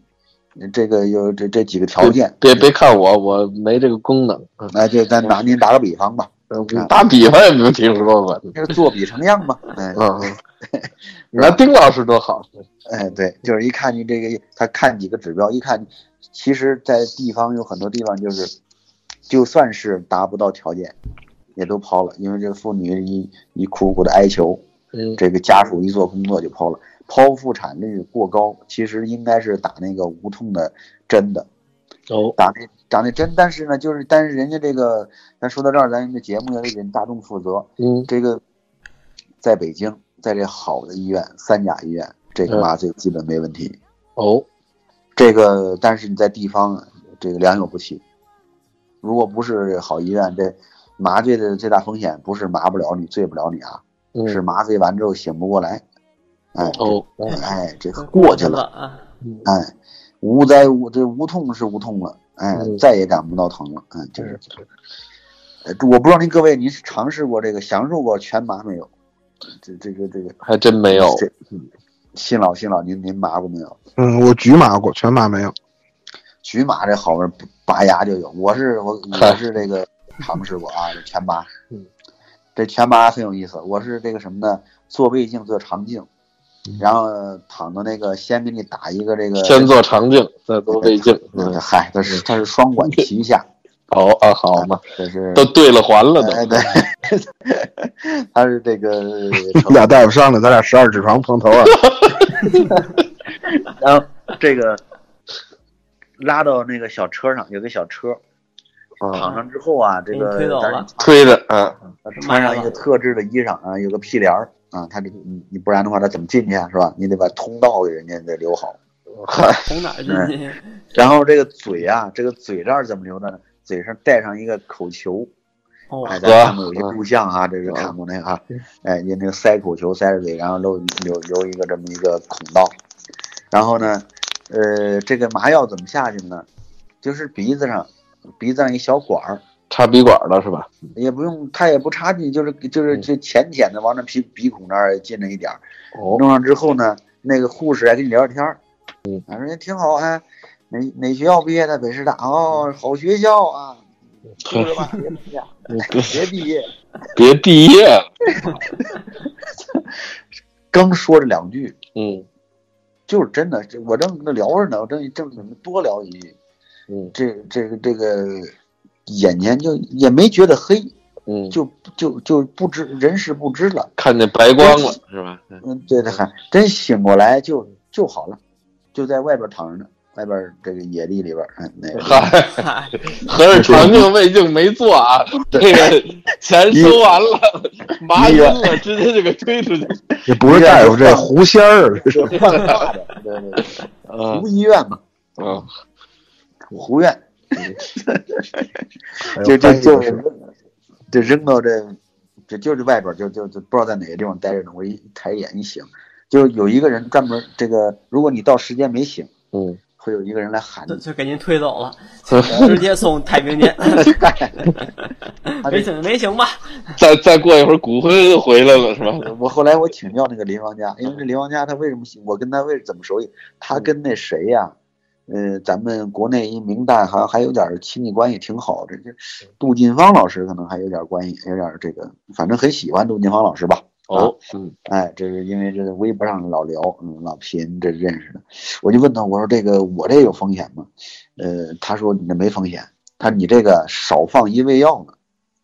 S3: 这个有这这几个条件，
S4: 别别看我，我没这个功能，嗯
S3: 那就咱拿您打个比方吧，
S4: 嗯打比方也没有听说过，
S3: 就是做比成样嘛。哎
S4: 嗯，你看丁老师多好，
S3: 哎，对，就是一看你这个，他看几个指标，一看，其实，在地方有很多地方就是，就算是达不到条件，也都抛了，因为这个妇女一一苦苦的哀求，
S4: 嗯
S3: 这个家属一做工作就抛了，剖腹产率过高，其实应该是打那个无痛的针的，
S4: 哦
S3: 打那打那针，但是呢，就是但是人家这个，咱说到这儿，咱这节目也得给大众负责，
S4: 嗯
S3: 这个在北京，在这好的医院三甲医院，这个
S4: 嗯
S3: 麻醉基本没问题。
S4: 哦
S3: 这个但是你在地方，这个良莠不齐。如果不是好医院，这麻醉的最大风险不是麻不了你、醉不了你啊，
S4: 嗯
S3: 是麻醉完之后醒不过来。哎，
S4: 哦
S3: 哎，这过去
S2: 了
S3: 了，
S2: 啊，
S3: 哎，无灾无这无痛是无痛了，哎
S4: 嗯，
S3: 再也感不到疼了，嗯，就是。呃
S4: 嗯
S3: 我不知道您各位，您是尝试过这个享受过全麻没有？这这个这个
S4: 还真没有，
S3: 这嗯新老新老，您您麻过没有？
S5: 嗯，我局麻过，全麻没有。
S3: 局麻这好玩，拔牙就有。我是我我是这个尝试过啊，这全麻。
S4: 嗯，
S3: 这全麻很有意思。我是这个什么呢？做胃镜，做肠镜，
S2: 嗯
S3: 然后躺到那个先给你打一个这个
S4: 先做肠镜，再做胃镜，
S3: 那
S4: 嗯
S3: 个嗨，它是它是双管齐下，
S4: 好啊好嘛，
S3: 这是
S4: 都对了环了
S3: 哎
S4: 都，嗯
S3: 对，它是这 个
S5: 你俩大夫上来，咱俩十二指肠碰头啊！
S3: 然后这个拉到那个小车上，有个小车躺
S4: 啊，
S3: 上之后啊，这
S2: 给你推
S3: 个
S2: 走
S3: 咱
S2: 了
S4: 推的啊，
S3: 他呃穿上一个特制的衣裳啊，有个屁帘儿啊，他这你你不然的话，他怎么进去啊？是吧？你得把通道给人家得留好。
S2: 从哪儿进去？
S3: 然后这个嘴啊，这个嘴这儿怎么留的呢？嘴上戴上一个口球，
S2: 哦，
S3: 哎，咱看过有些录像啊，这是看过那个啊，哎，也那个塞口球塞着嘴，然后留留留一个这么一个孔道，然后呢，呃，这个麻药怎么下去呢？就是鼻子上，鼻子上一小管儿，
S4: 插鼻管了是吧？
S3: 也不用，它也不插进去，就是就是
S4: 嗯
S3: 就浅浅的往那鼻鼻孔那儿进了一点儿。
S4: 哦，
S3: 弄上之后呢，那个护士还跟你聊聊天儿，嗯，啊，说哎挺好，哎，哪哪学校毕业的？北师大，哦，好学校啊，
S4: 嗯
S3: 就是吧？别毕业，别
S4: 别毕
S3: 毕业。
S4: 业了，
S3: 刚说这两句，
S4: 嗯
S3: 就是真的，这我正跟他聊着呢，我正正准备多聊一句，
S4: 嗯
S3: 这这个这个眼前就也没觉得黑，
S4: 嗯，
S3: 就就就不知人事不知了。
S4: 看见白光了是 吧？嗯
S3: 嗯，对的，还真醒过来就就好了，就在外边躺着呢，外边这个野地里边，嗯，那个。
S4: 嗨，
S2: 嗨，
S4: 合着长镜胃镜没做 啊，这个钱收完了，麻晕了，直接就给推出 去。
S5: 也不是大夫，这狐仙儿，这是
S3: 是换大的，对对对，
S4: 嗯
S3: 胡医院嘛，
S4: 嗯，
S3: 胡院，
S5: 哎 呦
S3: 就就
S5: 翻译
S3: 就
S5: 的是
S3: 就扔到这，就就是外边儿就就就不知道在哪个地方待着呢。我一抬眼一醒，就有一个人专门这个，如果你到时间没醒，
S4: 嗯，
S3: 会有一个人来喊
S2: 就
S3: 你，
S2: 就给您推走 了，
S3: 哎
S2: 直接送太平间。
S3: 他
S2: 没
S3: 这
S2: 请没行吧？
S4: 再再过一会儿骨灰就回来了是吧？
S3: 我后来我请教那个林王家，因为这林王家他为什么信我跟他为怎么熟悉？他跟那谁呀、呃，咱们国内一名旦好像还有点亲戚关系挺好，这这杜近芳老师可能还有点关系，有点这个，反正很喜欢杜近芳老师吧。
S4: 哦，嗯
S3: 哎，这是因为这微博上老聊，嗯，老贫这认识的，我就问他，我说这个我这有风险吗？呃，他说你这没风险，他说你这个少放一味药呢，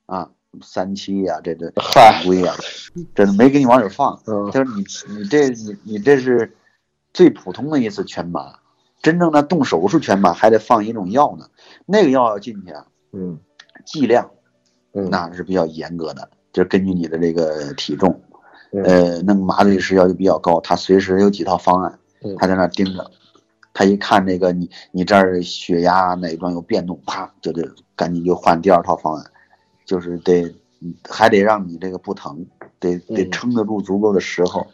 S3: 啊，三七呀、这这
S4: 嗨
S3: 常规呀、这都没给你往里放。
S5: 嗯
S3: 他说你你这你你这是最普通的一次全麻，真正的动手术全麻还得放一种药呢，那个药要进去啊，
S5: 嗯
S3: 剂量
S5: 嗯
S3: 那是比较严格的，就是根据你的这个体重，
S5: 嗯
S3: 呃，那个麻醉师要求比较高，他随时有几套方案
S4: 嗯，
S3: 他在那儿盯着，他一看这个你你这儿血压哪一段有变动，啪就得赶紧就换第二套方案，就是得还得让你这个不疼，得得
S4: 嗯
S3: 撑得住足够的时候，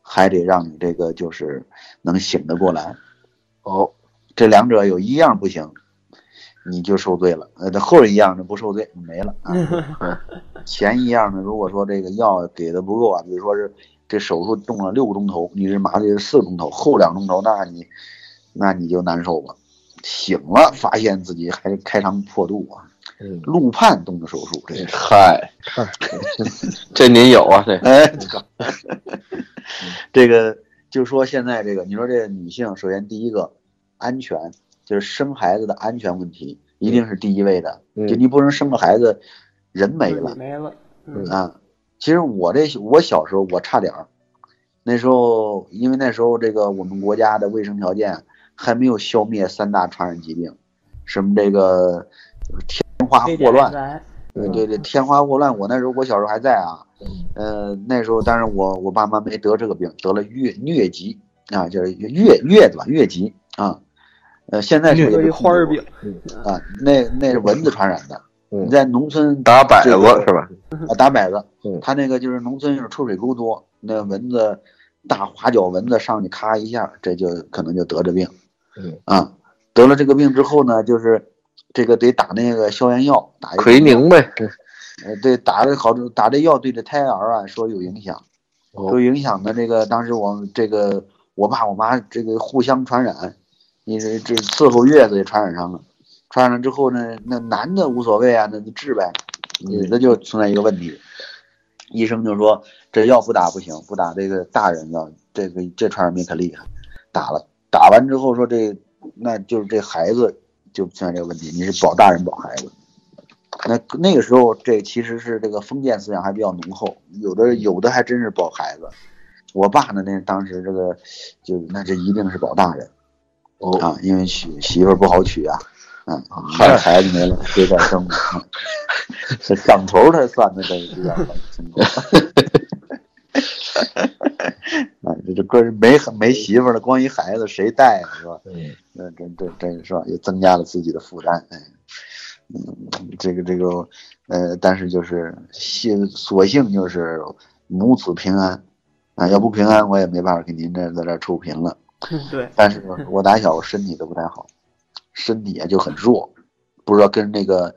S3: 还得让你这个就是能醒得过来，
S4: 哦，
S3: 这两者有一样不行，你就受罪了；呃，后一样呢不受罪，没了啊。前一样呢，如果说这个药给的不够啊，比如说是这手术动了六个钟头，你是麻醉是四个钟头，后两个钟头，那你那你就难受吧。醒了，发现自己还开肠破肚啊，
S4: 嗯，
S3: 陆判动的手术，这是。
S4: 嗨
S5: 嗨，
S4: 这您有啊？这
S3: 哎，这个就说现在这个，你说这个女性，首先第一个安全，就是生孩子的安全问题，一定是第一位的。
S4: 嗯
S3: 就你不能生个孩子，人没了
S2: 没了。嗯
S3: 啊。其实我这我小时候我差点儿，那时候因为那时候这个我们国家的卫生条件还没有消灭三大传染疾病，什么这个天花
S2: 非
S3: 霍
S2: 典
S3: 乱，
S2: 在
S4: 嗯
S3: 对对对，天花霍乱，我那时候我小时候还在啊，呃，那时候当然我我爸妈没得这个病，得了疟疟疾啊，就是疟疟子吧，疟疾啊，呃，现在是
S2: 有一花儿饼，
S3: 啊，那那是蚊子传染的，
S4: 嗯
S3: 你在农 村
S4: 打摆
S3: 这
S4: 子
S3: 个
S4: 是吧？
S3: 啊，打摆子
S4: 嗯，
S3: 他那个就是农村就是臭水沟多，那蚊子大花脚蚊子上去咔一下，这就可能就得这病
S4: 嗯。
S3: 啊，得了这个病之后呢，就是这个得打那个消炎药，打一个
S4: 奎宁呗，
S3: 呃，对，打的好处，打这药对这胎儿啊说有影响，
S4: 哦
S3: 有影响的这个当时我这个我爸我妈这个互相传染，你这这伺候月子也传染上了，传染了之后呢，那男的无所谓啊，那就治呗，女的就存在一个问题，医生就说这药不打不行，不打这个大人的这个这传染病可厉害，打了打完之后说这那就是这孩子就存在这个问题，你是保大人保孩子。那那个时候，这其实是这个封建思想还比较浓厚，有的有的还真是保孩子。我爸呢，那当时这个就那这一定是保大人，
S4: 哦，
S3: 啊，因为娶媳妇儿不好娶啊，嗯，
S4: 嗨
S3: 孩孩子没了没再生了，嗯这账头他算的这有点儿清楚。啊，这这关于没没媳妇儿了，光一孩子谁带啊，是吧？
S4: 嗯，
S3: 那真真真是吧，又增加了自己的负担。哎，嗯，这个这个，呃，但是就是幸，所幸就是母子平安啊，要不平安我也没办法给您这在这儿出评了。
S2: 对，
S3: 但是我打小我身体都不太好，身体啊就很弱，不知道跟那个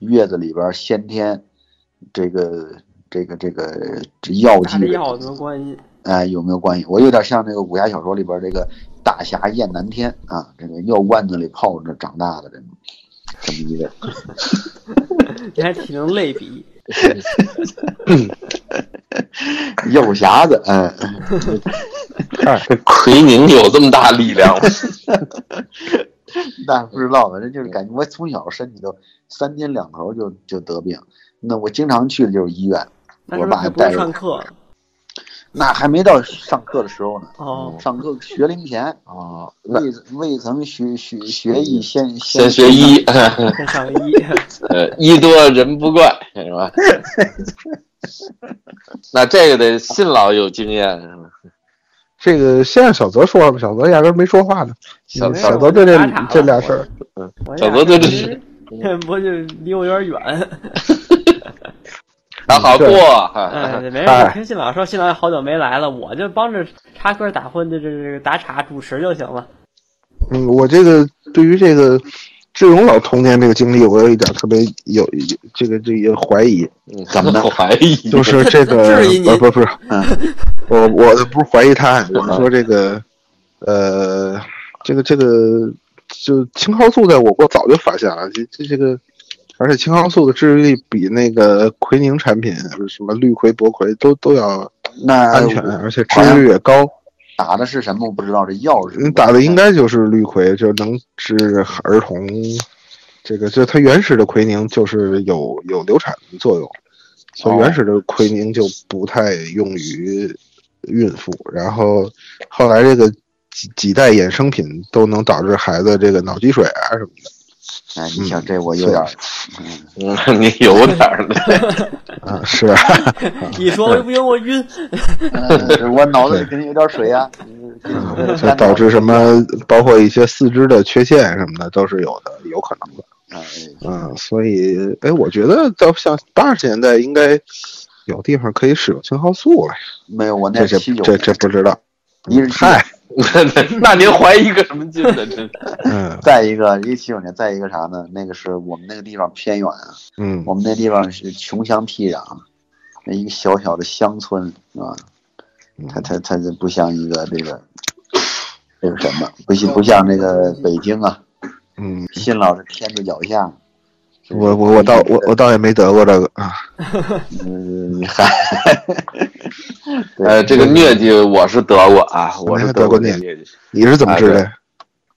S3: 月子里边儿先天这个这个这个这药
S2: 打
S3: 剂
S2: 这
S3: 的
S2: 药有什么关系？
S3: 哎，有没有关系？我有点像那个武侠小说里边这个大侠燕南天啊，这个药罐子里泡着长大的这么这么一个。
S2: 你还挺能类比，
S3: 药匣子，嗯，
S5: 哎
S4: 奎宁有这么大力量 吗？
S3: 那不知道，反正就是感觉我从小身体就三天两头就就得病，那我经常去的就是医院，
S2: 那是
S3: 我
S2: 不是
S3: 爸
S2: 还
S3: 还
S2: 不用
S3: 带
S2: 上
S3: 着，
S2: 课？
S3: 那还没到上课的时候呢，
S2: 哦，
S3: 上课学 龄前，
S4: 哦，那
S3: 未未曾学学学艺先
S4: 先学医，
S2: 先上 医，
S4: 呃，医多人不怪，是吧？ 那这个得信老有经验，是吧？
S5: 这个先让小泽说吧，小泽压根儿没说话呢。
S4: 小
S5: 嗯
S2: 没有
S5: 小泽对这
S2: 我打岔了
S5: 这俩事儿，
S2: 我
S4: 小
S2: 俩
S4: 泽对这
S2: 其
S4: 是
S2: 实， 我就离我有点远。
S4: 打好过
S5: 对
S4: 哈，
S2: 嗯，没事，
S5: 哎
S2: 你听信老说，信老好久没来了，我就帮着插科打诨，这这这打岔主持就行了。
S5: 嗯，我这个对于这个志勇老童年这个经历，我有一点特别有有这个这个怀疑，
S4: 嗯 怎么能怀疑？
S5: 就是这个呃
S2: 质疑你
S5: 不不不是，
S3: 嗯
S5: 我我不是怀疑他，啊我是说这个，呃，这个这个就青蒿素在我国早就发现了，这这这个，而且青蒿素的治愈率比那个奎宁产品什么氯喹、柏喹都都要
S3: 那
S5: 安全，而且治愈率也高。
S3: 打的是什么？我不知道，这药是
S5: 你嗯打的应该就是氯喹，就是能治儿童。这个就它原始的奎宁就是有有流产的作用，所以
S3: 哦
S5: 原始的奎宁就不太用于孕妇。然后后来这个几几代衍生品都能导致孩子这个脑积水啊什么的。
S3: 哎，你想这我有点儿，嗯，
S4: 嗯 你有点儿呢，
S5: 啊，是啊，
S2: 一说我不行，我 晕。
S3: 嗯这我脑子里肯定有点 水啊，嗯给你们这个
S5: 就
S3: 干
S5: 导致
S3: 扰
S5: 什么，包括一些四肢的缺陷什么的都是有的，有可能的。
S3: 哎
S5: 嗯，所以，哎，我觉得到像八十年代应该有地方可以使用青蒿素了，
S3: 没有，我那
S5: 这这
S3: 是七九，
S5: 这这不知道。嗯
S3: 一是七九
S5: 嗨，
S4: 那您怀疑个什么劲呢？这
S5: 嗯
S3: 再一个一七九年，再一个啥呢？那个是我们那个地方偏远啊，
S5: 嗯
S3: 我们那地方是穷乡僻壤，那一个小小的乡村啊，
S5: 嗯
S3: 它它它就不像一个这个这个什么，不像不像那个北京啊，
S5: 嗯，
S3: 新老是天子脚下，
S5: 我我我倒我我倒也没得过这个啊，
S3: 嗯，嗨，对
S4: 呃，这个疟疾我是得过啊，我是过这
S5: 你还
S4: 疟疾，
S5: 你是怎
S3: 啊
S5: 么治的？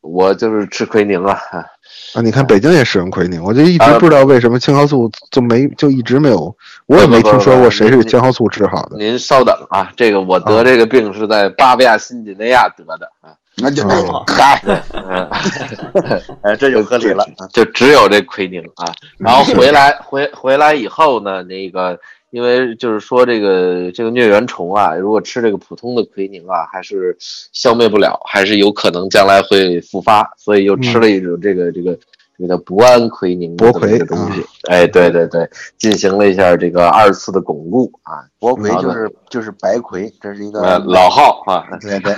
S4: 我就是吃奎宁啊。
S5: 啊，你看北京也使用奎宁，我就一直
S4: 啊
S5: 不知道为什么青蒿素就没就一直没有，我也没听说过谁是青蒿素治好的。
S4: 您稍等啊，这个我得这个病是在巴布亚新几内亚得的 啊，
S3: 那就
S5: 哦
S3: 嗨，
S4: 嗯，
S3: 哎，这就合理了。
S4: 就只有这奎宁啊。然后
S5: 嗯
S4: 回来回回来以后呢，那个因为就是说这个这个疟原虫啊，如果吃这个普通的奎宁啊，还是消灭不了，还是有可能将来会复发，所以又吃了一种这个、这个。这个叫博安奎宁
S5: 嗯博
S4: 这么一个
S5: 奎啊
S4: 东西，哎，对对对，进行了一下这个二次的巩固啊，
S3: 博魁就是就是白魁，这是一
S5: 嗯
S3: 个
S4: 呃，老号啊，
S3: 对 对，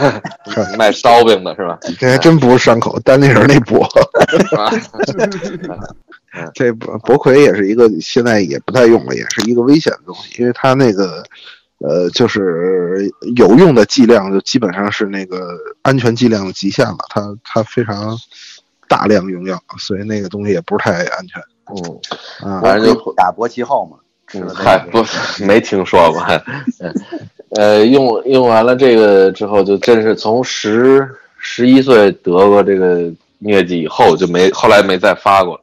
S4: 卖烧饼的是 吧？
S5: 这还真不是伤口，单立人那波，
S4: 啊，
S5: 这博博奎也是一个现在也不太用了，也是一个危险的东西，因为它那个呃，就是有用的剂量就基本上是那个安全剂量的极限了，它它非常大量用药，所以那个东西也不是太安全
S4: 嗯，
S5: 啊。
S4: 反正就
S3: 打国旗号嘛，吃了
S4: 嗨，不 没听说 过，嗯呃，用用完了这个之后，就真是从十十一岁得过这个疟疾以后，就没后来没再发过了。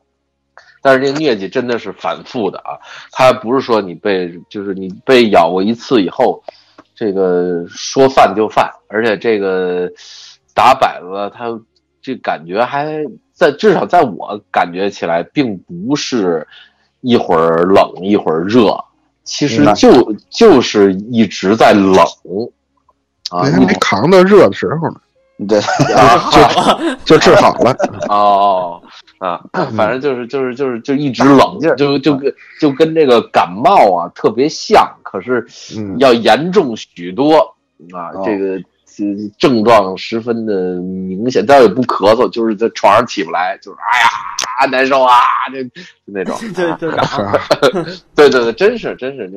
S4: 但是这个疟疾真的是反复的啊，它不是说你被就是你被咬过一次以后，这个说犯就犯，而且这个打摆子它这感觉还在，至少在我感觉起来，并不是一会儿冷一会儿热，其实
S3: 明白
S4: 就就是一直在冷啊
S5: 你还没扛到热的时候呢，
S4: 嗯
S3: 对，
S5: 就就治好了。
S4: 哦啊，反正就是就是就是就一直冷
S3: 劲儿
S4: 就就跟就跟这个感冒啊特别像，可是
S5: 嗯
S4: 要严重许多啊
S3: 哦，
S4: 这个。呃症状十分的明显，倒也不咳嗽，就是在床上起不来，就是哎呀难受啊，这就那种。
S2: 就就长
S5: 是啊，
S4: 对对对，真是真是，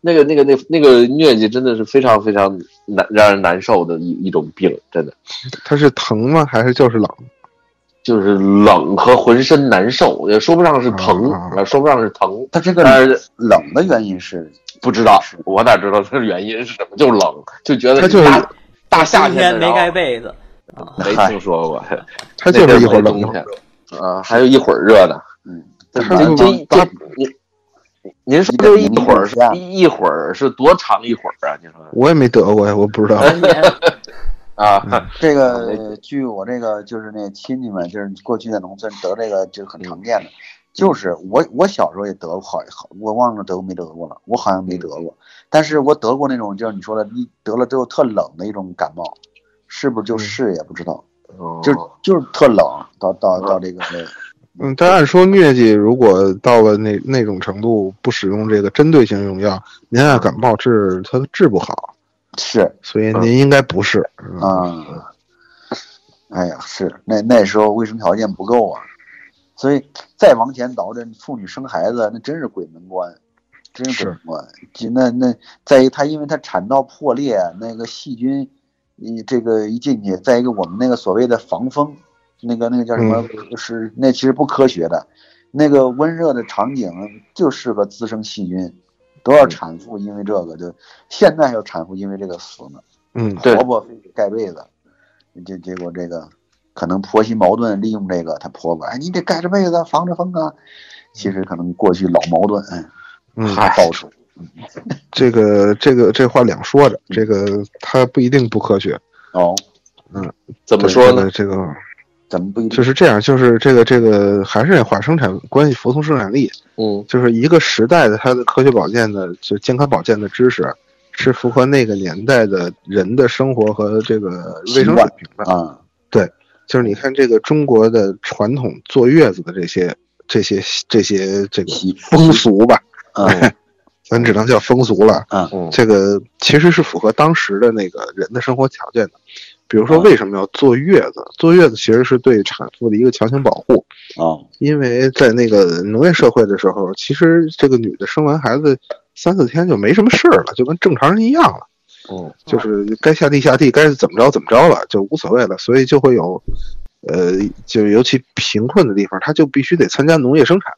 S4: 那个那个那个那那个疟疾真的是非常非常难让人难受的一一种病，真的
S5: 它是疼吗？还是就是冷？
S4: 就是冷和浑身难受，也说不上是疼，
S5: 啊
S4: 啊说不上是疼，
S3: 它这个
S4: 但是
S3: 冷的原因是
S4: 不知道，我哪知道它的原因是什么？就冷，就觉得
S5: 它就是
S4: 大大夏
S2: 冬天
S4: 的
S2: 没盖
S4: 然后
S2: 被 子，
S4: 没听说过，
S5: 它就是一会儿
S4: 那阵
S5: 冷
S4: 没冬天啊，还有一会儿热的，
S3: 嗯，
S4: 这
S5: 它就
S4: 这这
S5: 往大
S4: 您您说这一会儿是
S5: 啊
S3: 你得
S4: 一一会儿是多长一会儿啊？您说
S5: 我也没得过呀，我不知道。
S2: 三年
S4: 啊？
S3: 这
S4: 嗯
S3: 个据我这个就是那亲戚们，就是过去在农村得这个这个很常见的，就是我我小时候也得过，好好我忘了得过没得过了，我好像没得过，但是我得过那种就是你说的，一得了之后特冷的一种感冒，是不是就是也不知道，
S4: 哦
S3: 就就是特冷，到到
S4: 嗯
S3: 到这个
S5: 嗯，但按说疟疾如果到了那那种程度，不使用这个针对性用药，您按感冒治它治不好，
S3: 是
S5: 所以
S4: 嗯
S5: 您应该不是。嗯
S3: 啊，哎呀是那那时候卫生条件不够啊，所以再往前倒，这妇女生孩子那真是鬼门关，真是鬼门关。就那那再一，她因为她产道破裂，那个细菌，你这个一进去，再一个我们那个所谓的防风，那个那个叫什么，是那其实不科学的。那个温热的场景就适合滋生细菌，多少产妇因为这个就现在还有产妇因为这个死呢。
S5: 嗯，
S4: 对
S3: 婆婆非得盖被子，结结果这个可能婆媳矛盾利用这个，她婆婆哎，你得盖着被子防着风啊。其实可能过去老矛盾，嗯，
S5: 嗯
S3: 还爆出，
S5: 这个这个这话两说着，
S4: 嗯
S5: 这个它不一定不科学。
S3: 哦，
S4: 怎么说呢
S5: 对？？这个这个
S3: 怎么不一定？
S5: 就是这样，就是这个这个还是那话，生产关系服从生产力，
S4: 嗯
S5: 就是一个时代的它的科学保健的就健康保健的知识，是符合那个年代的人的生活和这个卫生水平的。
S3: 啊，
S5: 就是你看这个中国的传统坐月子的这些这些这些这个
S3: 习
S5: 风俗吧，
S3: 嗯
S5: 咱只能叫风俗了。
S4: 嗯
S5: 这个其实是符合当时的那个人的生活条件的。比如说，
S3: 啊
S5: 为什么要坐月子？坐月子其实是对产妇的一个强行保护。
S3: 哦，
S5: 因为在那个农业社会的时候，其实这个女的生完孩子三四天就没什么事儿了，就跟正常人一样了，
S4: 嗯
S5: 就是该下地下地，该怎么着怎么着了，就无所谓了。所以就会有，呃，就尤其贫困的地方，她就必须得参加农业生产，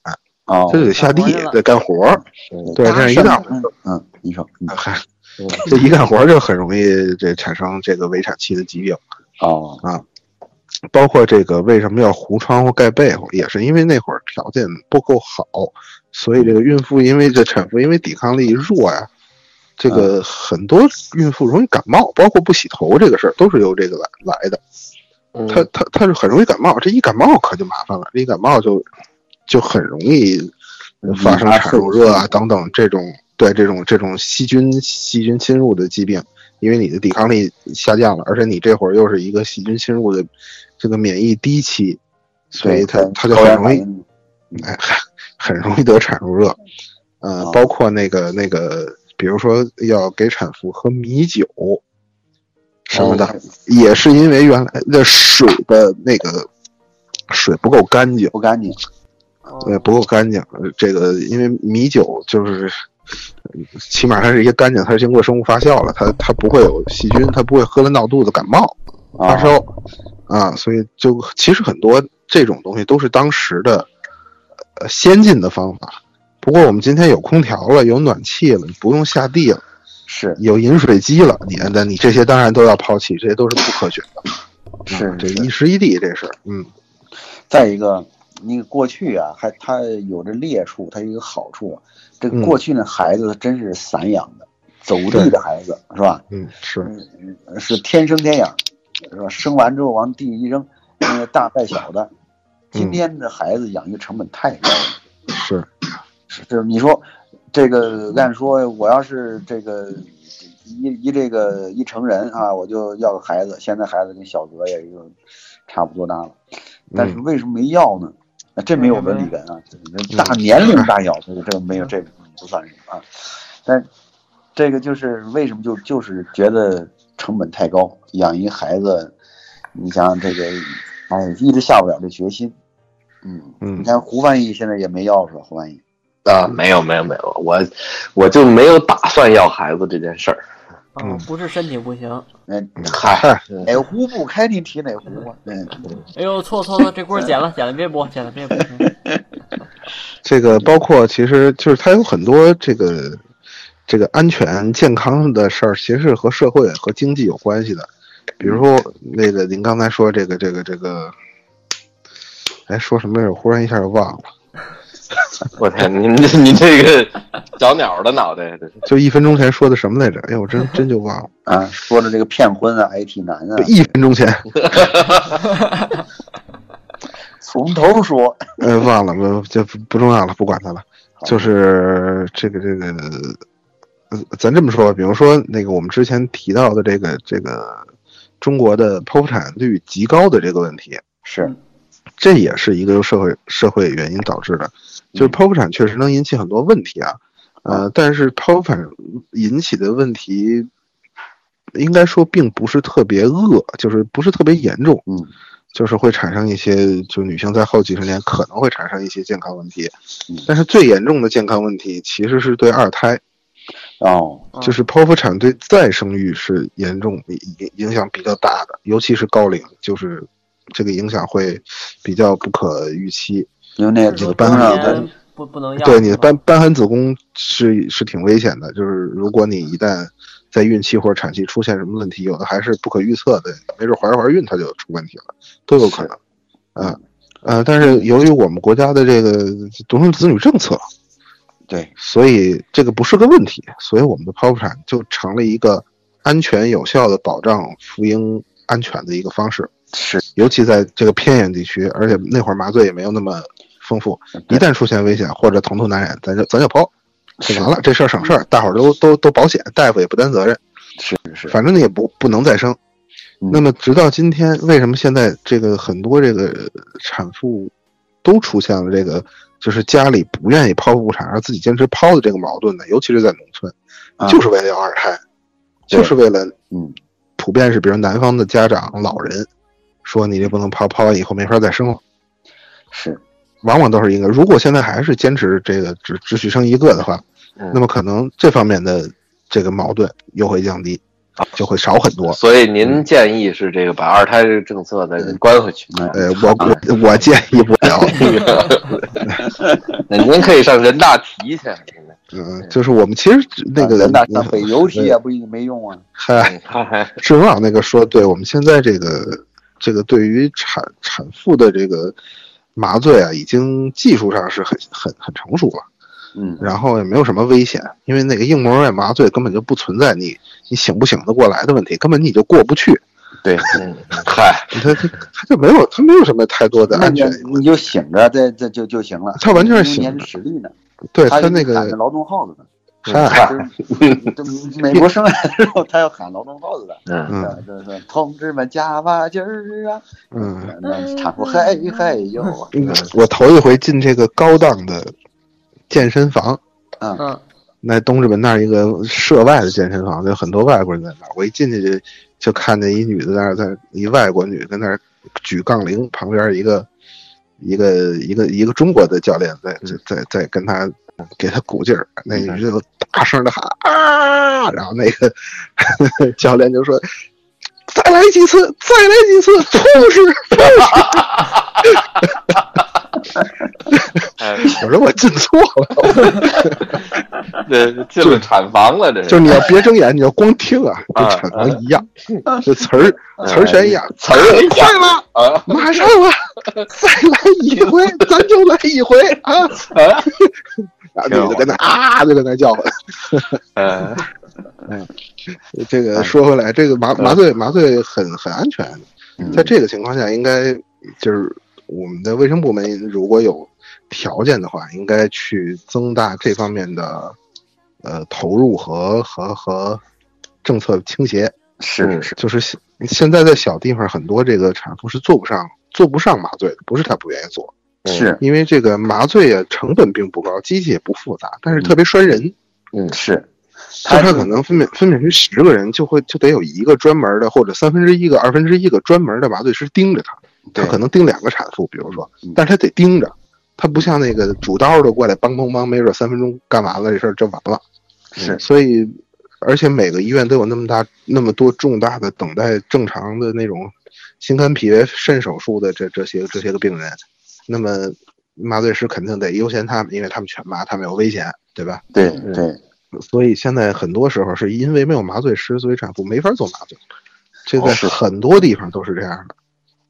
S3: 哦，
S5: 她就得下地
S2: 干活去了
S5: 得干活儿。
S4: 嗯
S5: 对，这样一大
S3: 嗯嗯，你说，嗯
S5: 嗨，
S4: 嗯
S5: 这一干活儿就很容易这产生这个围产期的疾病，
S3: 哦，
S5: 包括这个为什么要糊窗户盖被子，也是因为那会儿条件不够好，所以这个孕妇因为这产妇因为抵抗力弱呀、这个很多孕妇容易感冒，包括不洗头这个事儿都是由这个来来的。
S4: 嗯
S5: 她她她是很容易感冒，这一感冒可就麻烦了，一感冒就就很容易发生产褥热啊等等这种对这种这种细菌细菌侵入的疾病，因为你的抵抗力下降了，而且你这会儿又是一个细菌侵入的这个免疫低期，所以它
S3: 对
S5: 它就很容易
S3: 嗯
S5: 哎， 很容易得产褥热。呃，
S3: 哦
S5: 包括那个那个，比如说要给产妇喝米酒什么的，
S3: 哦
S5: 也是因为原来的水的那个水不够干净，
S3: 不干净，
S2: 哦
S5: 呃，不够干净。呃这个因为米酒就是，呃起码它是一个干净，它是经过生物发酵了，它它不会有细菌，它不会喝了闹肚子、感冒。
S3: 啊
S5: 发烧啊，所以就其实很多这种东西都是当时的呃先进的方法。不过我们今天有空调了，有暖气了，不用下地了，
S3: 是
S5: 有饮水机了，你那你这些当然都要抛弃，这些都是不科学的。
S3: 是
S5: 嗯这
S3: 是
S5: 一时一地这事儿，嗯，
S3: 再一个，那个过去啊，还它有着劣处，它有一个好处啊。这
S5: 嗯
S3: 个过去那孩子真是散养的，走地的孩子是吧？
S5: 嗯是，
S3: 是天生天养，是吧？生完之后往地一扔，呃，大带小的。今
S5: 嗯
S3: 天的孩子养育成本太高了，
S5: 是，
S3: 是是你说这个按说我要是这个一一这个一成人啊，我就要个孩子，现在孩子跟小泽也就差不多大了，但是
S5: 嗯
S3: 为什么没要呢？啊这没有伦理感啊，这大年龄大小，这个这个没有这个不算什么啊。但这个就是为什么就就是觉得成本太高，养一孩子，你想想这个，哎，一直下不了这决心。嗯，
S5: 嗯
S3: 你看胡翻译现在也没钥匙，胡翻译。
S4: 啊，没有没有没有，我我就没有打算要孩子这件事儿。
S2: 啊，不是身体不行。
S3: 那
S5: 嗯
S4: 嗨，
S3: 哪壶不开提提哪壶啊？嗯，
S2: 哎呦，错错错，这锅剪了，剪了，别播，剪了， 别播。嗯
S5: 这个包括其实就是它有很多这个这个安全健康的事儿，其实是和社会和经济有关系的。比如说那个您刚才说这个这个这个，哎，说什么来着？忽然一下就忘了，
S4: 我天，您这您这个小鸟的脑袋，这是
S5: 就一分钟前说的什么来着？哎，我真真就忘了，
S3: 啊，说的这个骗婚啊，IT 男啊
S5: 就，一分钟前，
S3: 从头说，
S5: 呃，忘了，不就不不重要了，不管它了。就是这个这个，呃，咱这么说吧，比如说那个我们之前提到的这个这个中国的剖腹产率极高的这个问题，
S3: 是
S5: 这也是一个由社会社会原因导致的。
S3: 嗯
S5: 就是剖腹产确实能引起很多问题啊，呃，但是剖腹产引起的问题，应该说并不是特别恶，就是不是特别严重。
S3: 嗯，
S5: 就是会产生一些，就女性在后几十年可能会产生一些健康问题
S3: 嗯，
S5: 但是最严重的健康问题其实是对二胎，
S3: 哦，
S5: 就是剖腹产对再生育是严重影影响比较大的，尤其是高龄，就是这个影响会比较不可预期。
S3: 因为那
S2: 是
S3: 个
S5: 班
S3: 班
S5: 上
S3: 上
S5: 哎的
S3: 跟
S2: 年 不不能要。
S5: 对你
S2: 是吧
S5: 的瘢瘢寒子宫是是挺危险的，就是如果你一旦在孕期或者产期出现什么问题，有的还是不可预测的，没准怀着怀着孕它就出问题了，都有可能。啊呃，但是由于我们国家的这个独生子女政策，
S3: 对，
S5: 所以这个不是个问题，所以我们的剖腹产就成了一个安全有效的保障妇婴安全的一个方式，
S3: 是
S5: 尤其在这个偏远地区，而且那会儿麻醉也没有那么丰富，一旦出现危险或者疼痛难忍，咱就咱就剖，就是完了，这事儿省事儿，大伙儿都都都保险，大夫也不担责任，
S3: 嗯是是，
S5: 反正呢也不不能再生。
S3: 嗯
S5: 那么直到今天，为什么现在这个很多这个呃产妇都出现了这个就是家里不愿意剖腹产，而自己坚持剖的这个矛盾呢？尤其是在农村，
S3: 啊
S5: 就是为了要二胎，
S3: 对
S5: 就是为了
S3: 嗯，
S5: 普遍是比如南方的家长老人说你这不能剖，剖完以后没法再生了。
S3: 是
S5: 往往都是一个。如果现在还是坚持这个只只许生一个的话，
S4: 嗯
S5: 那么可能这方面的这个矛盾又会降低，就会少很多。
S4: 所以您建议是这个把二胎这个政策再给关回去。
S3: 嗯
S5: 呃，我我我建议不了，
S4: 那您可以上人大提去。
S5: 嗯，就是我们其实那个呃
S3: 咱啊大上北邮提也不一定没用啊，
S5: 嗨，
S4: 嗨，
S5: 志文老那个说，对我们现在这个这个对于产产妇的这个麻醉啊，已经技术上是很很很成熟了。
S3: 嗯，
S5: 然后也没有什么危险，因为那个硬膜外麻醉根本就不存在你你醒不醒得过来的问题，根本你就过不去，
S4: 对，嗯嗨，
S5: 它它它就没有它没有什么太多的
S3: 那
S5: 安
S3: 你
S5: 全，
S3: 你就醒着，这这就就行了。
S5: 他完全是
S3: 因
S5: 醒着
S3: 为你还是实力呢，
S5: 对它
S3: 他
S5: 那
S3: 喊着
S5: 个
S3: 劳动号子呢。
S5: 嗨，
S3: 就是美国生来的时候，他要喊劳动号子的，
S4: 嗯，
S5: 嗯
S3: 就是说同志们加把劲儿啊！
S5: 嗯，
S3: 那产妇嘿嘿哟，
S5: 嗯我头一回进这个高档的健身房，
S2: 嗯，
S5: 那东直门那儿一个涉外的健身房，有很多外国人在那儿，我一进去就就看见一女的在那儿在一外国女跟那儿举杠铃，旁边一个。一个一个一个中国的教练在在在在跟他给他鼓劲儿，那女的大声的喊啊，然后那个 教练就说：“再来几次，再来几次，痛是。
S4: 哎，”
S5: 我说我进错了，
S4: 这进了产房了，这
S5: 就是你要别睁眼，你要光听 啊，啊跟
S4: 啊
S5: 产房一样，这词儿词儿全一样，
S4: 词儿一样
S5: 快了。
S4: 啊
S5: 马上了，再来一回，咱就来一回啊！
S4: 啊
S5: 然后女的跟那啊，就跟那叫唤。
S4: 嗯，
S3: 嗯
S5: 这个说回来，这个麻麻醉麻醉很很安全，
S3: 嗯
S5: 在这个情况下，应该就是我们的卫生部门如果有条件的话，应该去增大这方面的呃投入和和和政策倾斜。
S3: 是是是，
S5: 就是现现在在小地方很多这个产妇是做不上做不上麻醉的，不是她不愿意做，
S3: 是
S5: 因为这个麻醉啊成本并不高，机器也不复杂，但是特别拴人。
S4: 嗯
S3: 是，
S5: 就他可能分娩分娩区十个人，就会就得有一个专门的，或者三分之一个、二分之一个专门的麻醉师盯着他。他
S3: 对
S5: 可能盯两个产妇，比如说
S3: 嗯，
S5: 但是他得盯着，他不像那个主刀的过来梆梆梆，没准三分钟干完了这事儿就完了。
S3: 是
S5: 所以，而且每个医院都有那么大那么多重大的等待正常的那种心肝脾胃肾手术的这这些这些个病人，那么麻醉师肯定得优先他们，因为他们全麻，他们有危险，对吧？
S3: 对对
S5: 所以现在很多时候是因为没有麻醉师，所以产妇没法做麻醉，这在
S3: 哦是
S5: 很多地方都是这样的。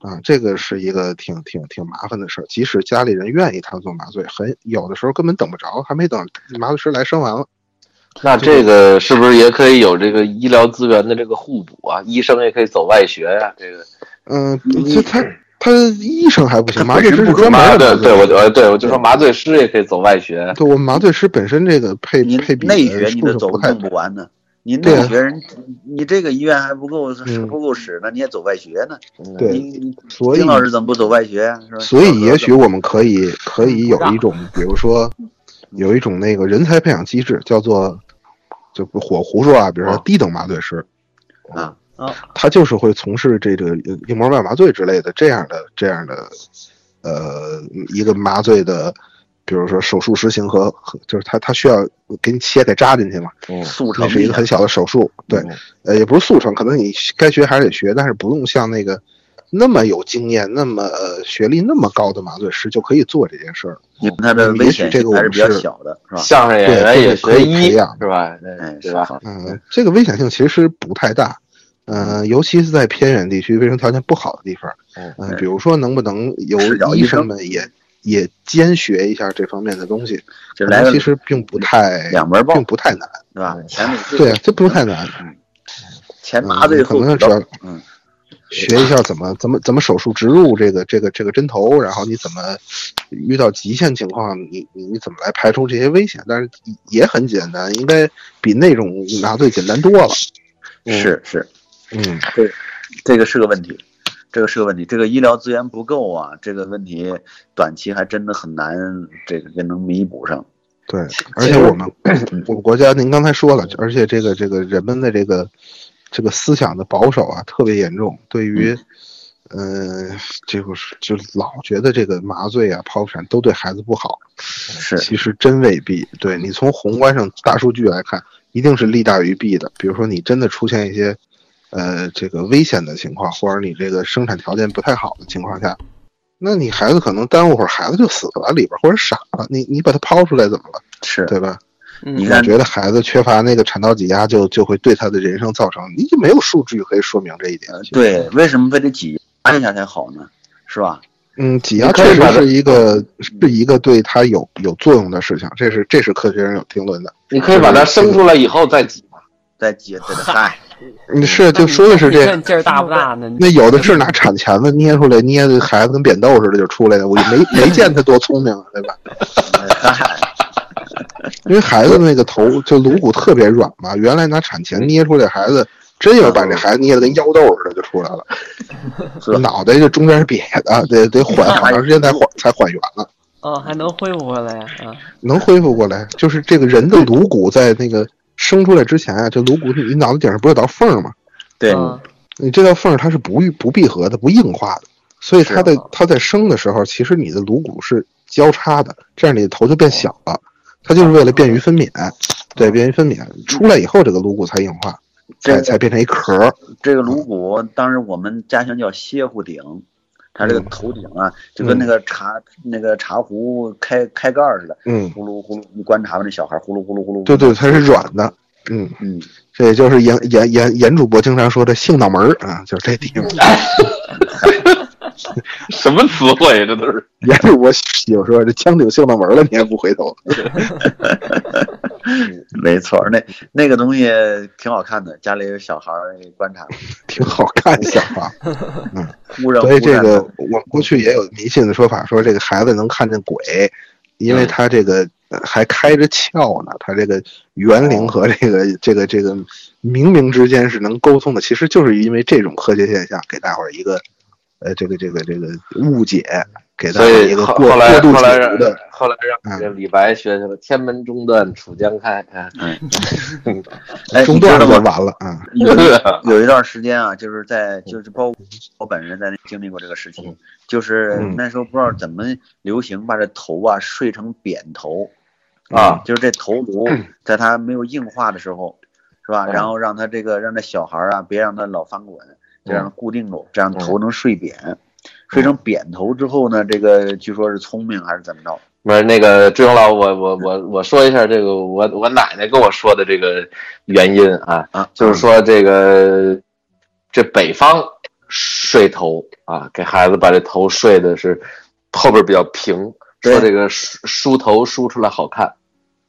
S5: 啊，这个是一个挺挺挺麻烦的事儿。即使家里人愿意他做麻醉，很有的时候根本等不着，还没等麻醉师来生完了。
S4: 那这个是不是也可以有这个医疗资源的这个互补啊？医生也可以走外学呀、这个
S5: 嗯，这他他医生还不行，麻醉师是
S4: 对
S5: 专门的
S4: 对
S5: 麻醉
S4: 对，我
S5: 师。
S4: 就呃对我就说麻醉师也可以走外学，
S5: 对我们麻醉师本身这个配
S3: 您
S5: 配比
S3: 内学
S5: 的
S3: 你
S5: 数
S3: 都
S5: 是
S3: 走
S5: 不太
S3: 弄不完呢，你
S5: 对啊
S3: 内学人，你这个医院还不够是
S5: 嗯
S3: 不够使呢，你也走外学呢？
S4: 嗯
S5: 对
S3: 你你
S5: 所以
S3: 丁老师怎么不走外学呀？是吧？
S5: 所以，也许我们可以可
S3: 嗯
S5: 以有一种，比如说，有一种那个人才培养机制，叫做就不我胡说啊，比如说
S4: 啊
S5: 低等麻醉师，
S3: 哦啊
S2: 啊，
S5: 他就是会从事这个呃硬膜外麻醉之类的这样的这样的，呃，一个麻醉的，比如说手术实行和和就是他他需要给你切开扎进去嘛，
S4: 嗯
S3: 速成哦
S5: 那是一个很小的手术，对，呃，也不是速成，可能你该学还是得学，但是不用像那个那么有经验、那么、呃、学历那么高的麻醉师就可以做这件事儿。
S3: 你看他的危险性还是比较小的，是吧？
S4: 相声演员也学医是吧？
S3: 哎，
S4: 对吧？？
S5: 嗯、这个危险性其实不太大，嗯、尤其是在偏远地区、卫生条件不好的地方，
S4: 嗯
S5: 嗯、比如说能不能由
S3: 哦是找
S5: 医
S3: 医
S5: 生
S3: 生
S5: 们也也兼学一下这方面的东西，呃
S3: 就来
S5: 可能其实并不太
S3: 两门报，
S5: 并不太难，
S3: 对吧？前里
S5: 对，啊这不太难。
S3: 前麻醉
S5: 嗯可
S3: 后
S5: 能只要
S3: 嗯，
S5: 学一下怎么怎么怎么手术植入这个这个这个针头，然后你怎么遇到极限情况，你你你怎么来排除这些危险？但是也很简单，应该比那种麻醉简单多了。
S3: 是是，
S5: 嗯，
S3: 这个是个问题，这个是个问题，这个医疗资源不够啊，这个问题短期还真的很难，这个能弥补上。
S5: 对，而且我们我们国家，您刚才说了，而且这个这个人们的这个这个思想的保守啊，特别严重，对于。嗯、呃，这个是就老觉得这个麻醉啊、剖腹产都对孩子不好，
S3: 是
S5: 其实真未必。对你从宏观上大数据来看，一定是利大于弊的。比如说你真的出现一些，呃，这个危险的情况，或者你这个生产条件不太好的情况下，那你孩子可能耽误会儿，孩子就死了里边儿，或者傻了。你你把他抛出来怎么了？
S3: 是，
S5: 对吧？
S2: 嗯
S3: 你
S5: 我
S3: 看
S5: 觉得孩子缺乏那个产道挤压就，就会对他的人生造成，你就没有数据可以说明这一点。
S3: 对，为什么非得挤压一下才好呢？是吧？
S5: 嗯，挤压
S4: 你可
S5: 确
S4: 以把
S5: 实
S4: 它
S5: 是一个是一个对他有有作用的事情，这是这是科学上有定论的。
S4: 你可以把它生出来以后再挤嘛。
S3: 再挤，再嗨，
S5: 嗯，是就说的是这
S2: 你
S5: 样
S2: 看。你劲儿大不大呢？
S5: 那有的是拿产钳子捏出来，捏的孩子跟扁豆似的就出来了，我也 没没见他多聪明，对吧？
S3: 嗨，
S5: 因为孩子那个头就颅骨特别软嘛，原来拿产钳捏出来孩子，真要把这孩子捏得跟腰豆似的就出来了，
S3: 呵
S5: 脑袋就中间是瘪的，得得缓好长时间才缓才缓圆了，
S2: 啊，还能恢复回来呀？啊，
S5: 能恢复过来。就是这个人的颅骨在那个生出来之前啊，这颅骨你脑袋顶上不是有道缝儿吗？
S3: 对，
S2: 嗯
S5: 你这道缝儿它是不愈不闭合的，不硬化的，所以它在
S2: 是啊
S5: 它在生的时候，其实你的颅骨是交叉的，这样你的头就变小了，它就是为了便于分娩，对，便于分娩。出来以后，这个颅骨才硬化，才
S3: 这
S5: 才变成一壳儿。
S3: 这个颅骨，当时我们家乡叫歇户顶，它这
S5: 嗯
S3: 个头顶啊，就跟那个茶那个茶壶开开盖儿似的，
S5: 嗯，
S3: 呼噜呼噜，你观察吧，那小孩呼噜呼噜呼噜。
S5: 对，对，它是软的。嗯，
S3: 嗯，
S5: 这也就是 严严严严主播经常说的“性脑门儿”啊，就是这地方。
S4: 什么词汇？啊这都是
S5: 也是我媳妇说这枪顶性子门了，你还不回头？
S3: 没错儿，那那个东西挺好看的，家里有小孩儿观察，
S5: 挺好看，啊想法。
S3: 忽然
S5: 所以
S3: 忽
S5: 这
S3: 然
S5: 个
S3: 头
S5: 我过去也有迷信的说法，说这个孩子能看见鬼，因为他这个呃还开着窍呢，他这个园灵和这个这个这个冥冥之间是能沟通的，其实就是因为这种科学现象给大伙儿一个呃这个这个这个误解，给大
S4: 所
S5: 伙儿
S4: 以
S5: 一个
S4: 后
S5: 过
S4: 后来
S5: 过度
S4: 后来
S5: 解
S4: 让
S5: 读的。
S4: 后来让这李白学去了“天门中断楚江开” 啊，
S3: 哎，
S5: 中
S3: 你
S5: 断
S3: 知
S5: 了
S3: 道
S5: 就
S3: 吗？
S5: 完了啊！
S3: 有有一段时间啊，就是在就是包
S4: 嗯
S3: 括我本人在那经历过这个时期，就是
S5: 嗯
S3: 那时候不知道怎么流行把这头啊睡成扁头嗯
S4: 啊，
S3: 就是这头 颅在它没有硬化的时候，是吧？
S4: 嗯
S3: 然后让它这个让这小孩儿啊别让他老翻滚，就让它
S4: 嗯
S3: 固定住，这样头能睡扁。睡成扁头之后呢，这个据说是聪明还是怎么着？
S4: 不是那个志勇老，我我我我说一下这个我我奶奶跟我说的这个原因啊，
S3: 啊
S4: 就是说这个这北方睡头啊，给孩子把这头睡的是后边比较平，
S3: 对
S4: 说这个梳梳头梳出来好看。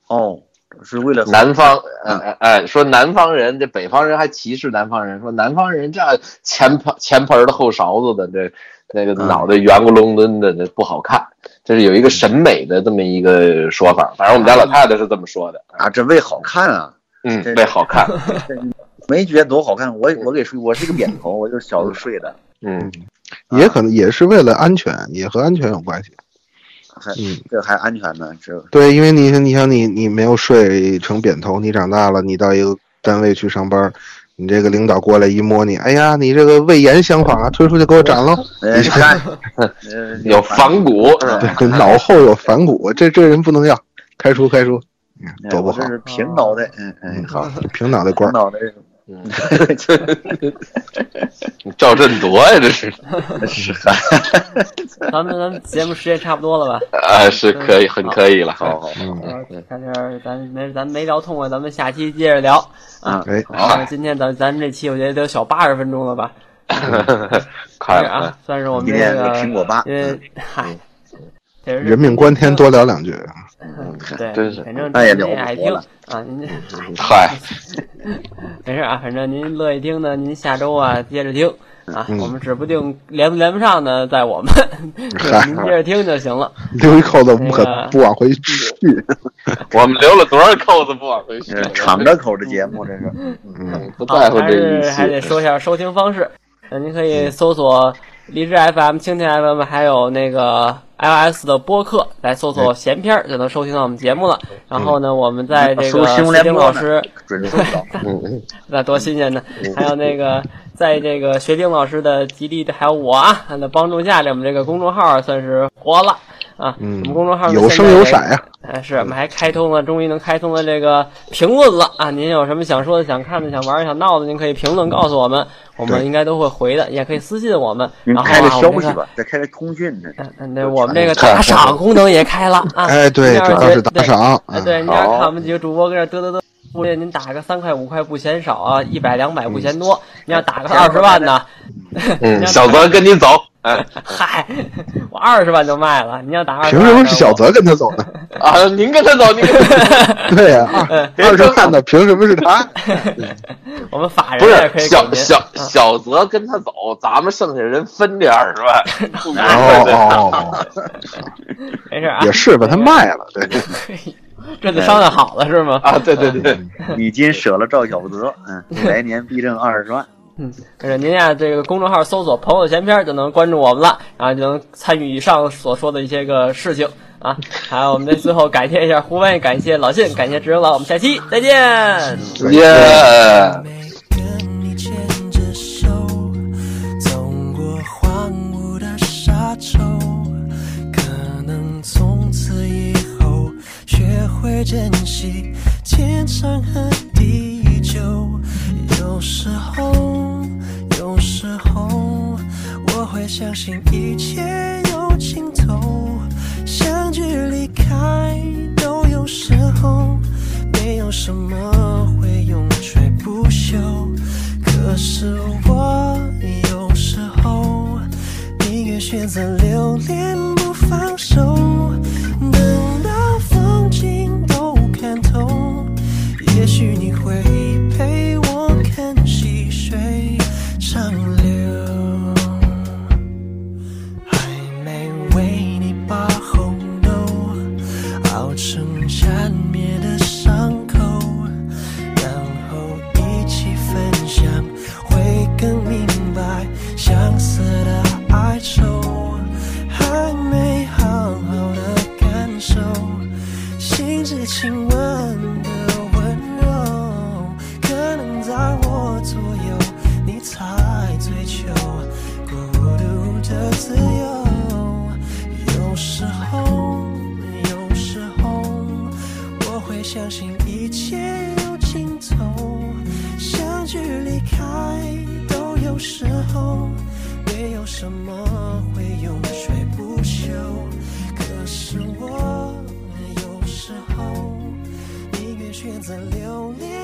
S3: 哦，是为了
S4: 南方，哎
S3: 嗯
S4: 哎哎，说南方人，这北方人还歧视南方人，说南方人这前盆前盆儿的后勺子的，这那个
S3: 嗯
S4: 脑袋圆咕隆咚的，这不好看，这是有一个审美的这么一个说法。反正我们家老太太是这么说的，
S3: 啊，这为好看啊。
S4: 嗯
S3: 这，
S4: 为好 看，
S3: 没觉得多好看，我我给睡，我是个扁头，我就是小时候睡的，
S4: 嗯，
S3: 啊
S5: 也可能也是为了安全，也和安全有关系。
S3: 还
S5: 嗯，
S3: 这还安全呢， 这
S5: 对，因为你你想你你没有睡成扁头，你长大了，你到一个单位去上班，你这个领导过来一摸你，哎呀，你这个胃炎相仿啊，推出去给我斩喽！
S3: 呃
S5: 你
S3: 干 呃
S4: 有仿古，
S3: 嗯
S5: 对， 脑后有反骨，这这人不能要，开除开除，嗯
S3: 哎
S5: 多不
S3: 我
S5: 好
S3: 这，是平脑袋，嗯嗯，好，
S5: 平脑袋
S3: 平
S5: 官儿。
S3: 脑袋
S4: 嗯，
S5: 嗯
S4: 赵振铎呀，这是
S3: 是汗，
S2: 咱们咱们节目时间差不多了吧？
S4: 啊，是可以，很可以了，
S3: 好好，
S5: 嗯，
S2: 呃，看这儿咱没咱没聊痛快，咱们下期接着聊啊。
S5: 哎，
S2: 啊，今天咱咱们这期我觉得得小八十分钟了吧？
S4: 快了
S2: 啊
S4: 啊，，
S2: 算是我们
S3: 哎今
S2: 这
S3: 天
S2: 个
S3: 有苹果嗯吧，
S2: 因为 嗨，这是
S5: 人命关天，多聊两句。
S2: 对，
S4: 真是
S2: 反正
S3: 那也
S2: 您
S3: 聊不
S2: 爱
S3: 活
S2: 听
S3: 了
S2: 啊，您 这
S4: 嗨，
S2: 没事啊，反正您乐意听呢，您下周啊接着听啊，
S5: 嗯
S2: 我们指不定连不连不上呢，在 我们，对您接着听就行了。
S5: 留一扣子，我们可
S2: 那个
S5: 不往回续。
S4: 我们留了多少扣子不往回续
S3: 这？敞着口的节目，这是，
S5: 嗯，
S4: 不
S2: 好，
S4: 在乎
S2: 还
S4: 这一
S2: 是
S4: 期，
S2: 还得说一下收听方式，那您可以搜索荔枝 FM、蜻蜓 FM，还有那个 iOS 的播客，来搜索闲篇儿就能收听到我们节目了。然后呢，我们在哎这
S3: 搜
S2: 个
S3: 嗯新闻
S2: 石
S3: 联
S2: 丁
S3: 播
S2: 老
S3: 呢
S2: 师。
S3: 准是收不到，
S2: 那多新鲜呢！还有那个，在这个学丁老师的极力的，还有我啊的帮助下，这我们这个公众号啊算是活了啊！
S5: 嗯
S2: 我们公众号呢
S5: 有
S2: 现
S5: 声
S2: 在
S5: 有
S2: 也
S5: 色呀。
S2: 哎，是我们还开通了，终于能开通了这个评论了啊！您有什么想说的、想看的、想玩的、想闹的，您可以评论告诉我们，我们
S5: 对
S2: 应该都会回的，也可以私信我们。
S3: 您
S2: 然后
S3: 开个
S2: 啊，我
S3: 消
S2: 们这
S3: 息
S2: 个
S3: 吧，再开个通讯，这是，
S2: 嗯，对，我们这个打赏功能也开了啊！
S5: 哎，对，
S2: 您要
S5: 主
S2: 是
S5: 要
S2: 觉
S5: 是
S2: 得
S5: 打。赏。
S2: 哎，
S5: 嗯
S2: 对，您要是
S4: 好
S2: 看我们几个主播跟这嘚嘚嘚，不列您打个三块五块不嫌少啊，一百两百不嫌多。您要打个二十万呢，
S4: 嗯，小泽跟你走，哎
S2: 嗨， 我二十万就卖了。您要打二十
S5: 凭
S2: 万，
S5: 什么是小？泽跟他走呢？
S4: 啊，您跟他走，您跟他走
S5: 对呀，二
S4: 别
S5: 二十
S4: 争
S5: 万的凭什么是他？
S2: 我们法
S4: 不
S2: 人也可
S4: 是
S2: 以给嗯
S4: 小
S2: 您。
S4: 小小泽跟他走，咱们剩下人分这二十 万，
S5: 哦哦，
S2: 没事啊
S5: 哦，也是把他卖了，对，
S2: 这次商量好了是吗？
S4: 啊，对对对，
S3: 已经舍了赵小泽， 嗯，来年必挣二十万，
S2: 嗯，就是您呀，这个公众号搜索“朋友闲篇”就能关注我们了，然后就能参与以上所说的一些个事情啊。还有，我们在最后感谢一下胡文，感谢老信，感谢执行老，我们下期再见。
S4: 耶。
S6: 没跟你牵着手，走过荒芜的沙丘，可能从此以后学会珍惜天长和地久。有时候，有时候，我会相信一切有尽头，相聚离开都有时候。没有什么会永垂不朽。可是我有时候宁愿选选择留恋不放手，等到风景都看透，也许你会陪我看细水长流。还没为你把红豆熬成缠绵的伤口，然后一起分享，会更明白相思的哀愁，还没好好的感受，心之亲吻的温柔，可能在我左右，你才追求孤独的自由。有时候，有时候，我会相信一切有尽头，相聚离开都有时候，没有什么会永垂不朽。可是我有时候宁愿选择留恋。